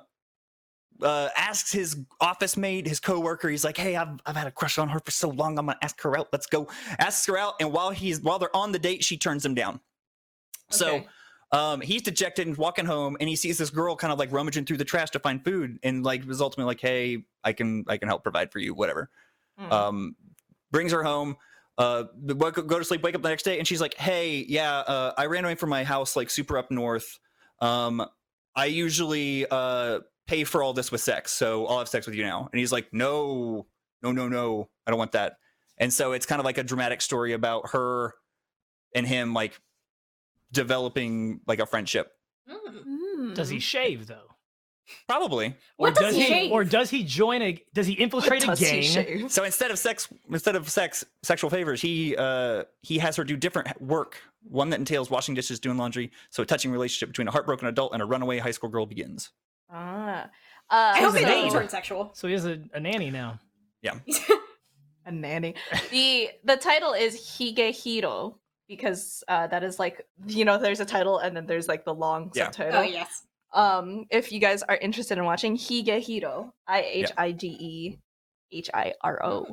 C: uh, asks his office mate, his coworker, he's like, "Hey, I've I've had a crush on her for so long. I'm gonna ask her out. Let's go." Asks her out, and while he's while they're on the date, she turns him down. So
D: Okay.
C: um, he's dejected and walking home, and he sees this girl kind of like rummaging through the trash to find food, and like was ultimately like, "Hey, I can I can help provide for you, whatever."
B: Hmm.
C: Um, brings her home. Uh, wake, go to sleep, wake up the next day, and she's like, "Hey, yeah, uh, I ran away from my house, like super up north. Um, I usually uh pay for all this with sex, so I'll have sex with you now." And he's like, "No, no, no, no, I don't want that." And so it's kind of like a dramatic story about her and him, like developing like a friendship.
D: Mm.
B: Hmm.
E: Does he shave though?
C: Probably.
D: What does he shave?
E: Or does he join a? Does he infiltrate a
B: Does he
E: gang?
B: shave?
C: So instead of sex, instead of sex, sexual favors, he uh he has her do different work. One that entails washing dishes, doing laundry. So a touching relationship between a heartbroken adult and a runaway high school girl begins.
B: Ah. Uh,
D: I hope it
E: He's a
D: doesn't
E: nanny.
D: turn sexual.
E: So he has a, a nanny now.
B: a nanny. The the title is Higehiro because uh, that is like you know there's a title and then there's like the long
C: Yeah.
D: oh
B: subtitle.
D: yes.
B: Um, if you guys are interested in watching Higehiro, I H I G E H I R O.
C: Mm-hmm.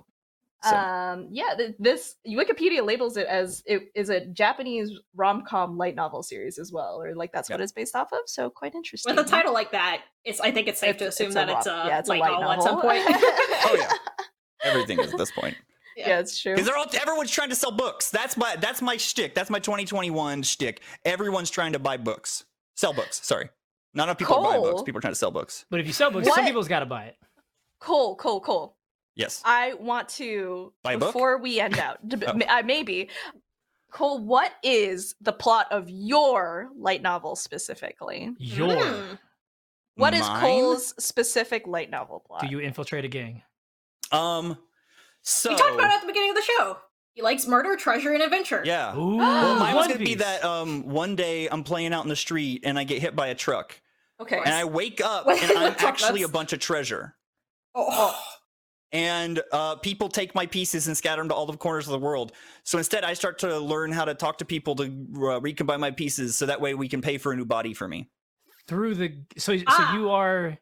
C: So-
B: Um, yeah, th- this Wikipedia labels it as it is a Japanese rom com light novel series as well, or like that's
C: Yeah.
B: what it's based off of. So quite interesting.
D: With a title like that, it's I think it's safe to
B: It's-
D: assume
B: it's a
D: that it's a
B: rom- yeah, it's a
D: light
B: light
D: novel at some
B: novel.
D: point.
C: Oh yeah, everything is at this point.
B: yeah. it's true.
C: Because they're all everyone's trying to sell books. That's my that's my shtick. That's my 2021 shtick. Everyone's trying to buy books, sell books. Sorry, not enough people are buying books.
B: Cool.
C: People are trying to sell books.
E: But if you sell books, some
B: What?
E: people's got to buy it.
B: Cool, cool, cool.
C: Yes.
D: Uh,
B: I want to
C: Buy a book?
B: before we end out. d-
C: Oh.
B: ma- uh, maybe Cole, what is the plot of your light novel specifically?
E: Your
D: Mm.
B: What is
C: Mine?
B: Cole's specific light novel
D: Mm.
B: plot?
E: do you infiltrate a gang?
C: Um. So
D: We talked about it at the beginning of the show. He likes murder, treasure, and adventure.
C: yeah.
E: Ooh,
C: Well, mine was
E: One
C: gonna be
E: Piece.
C: that um, one day I'm playing out in the street and I get hit by a truck
B: okay.
C: and I wake up
D: What
C: and I'm
D: truck
C: actually a
D: nuts?
C: bunch of treasure.
D: Oh,
C: And uh, people take my pieces and scatter them to all the corners of the world. So instead, I start to learn how to talk to people to uh, recombine my pieces, so that way we can pay for a new body for me.
E: through the so
D: Ah.
E: so you are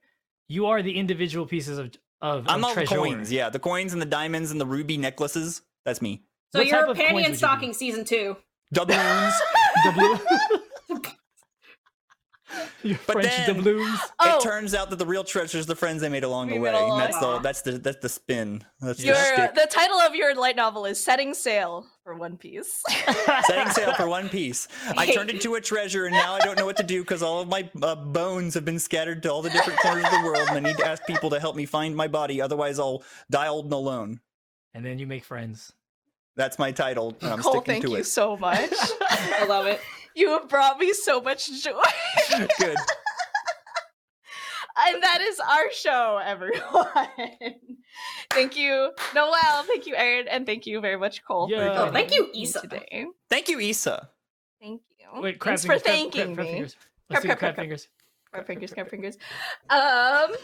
E: you are the individual pieces of of,
C: I'm
E: of
C: all the
E: treasure.
C: coins, yeah, the coins and the diamonds and the ruby necklaces. That's me.
D: so
E: What
D: you're
E: type
D: a
E: of coins
D: panty
E: would you
D: and
E: be?
D: stocking season two.
C: Doubloons.
E: doubloons. Your
C: But
E: French
C: then-
E: doubloons.
B: oh,
C: It turns out that the real treasure is the friends they made along the
B: We
C: way.
B: made along
C: That's
D: the
C: the
D: way.
C: that's the that's the spin. That's
B: your
C: the
B: uh,
C: stick.
B: the title of your light novel is Setting Sail for One Piece.
C: setting sail for one piece. I turned into a treasure, and now I don't know what to do because all of my uh, bones have been scattered to all the different corners of the world, and I need to ask people to help me find my body. Otherwise, I'll die old and alone.
E: and then you make friends.
C: That's my title, and I'm
B: Cole,
C: sticking
B: thank
C: to
B: you
C: it.
B: so much.
D: I love it.
B: you have brought me so much joy,
C: Good.
B: and that is our show, everyone. thank you, Noel. Thank you, Aaron, and thank you very much, Cole. for
E: Yeah. Oh,
B: joining
D: thank you,
B: me
D: Issa.
B: Today.
C: Thank you, Issa.
B: Thank you.
E: Wait, crab
B: Oh, Thanks for
E: fingers, crab- crab-
B: thanking
E: crab
B: me.
E: fingers.
B: Crab,
E: Let's do the
B: crab,
E: crab
B: crab,
E: fingers.
B: Crab fingers, crab fingers. Um,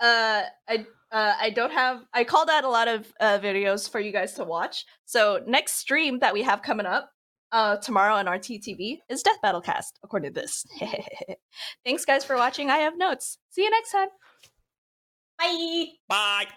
B: uh, I uh, I don't have. I called out a lot of uh, videos for you guys to watch. So next stream that we have coming up uh tomorrow on RTTV is Death Battle Cast, according to this. Thanks guys for watching. I have notes. See you next time.
D: Bye.
C: Bye.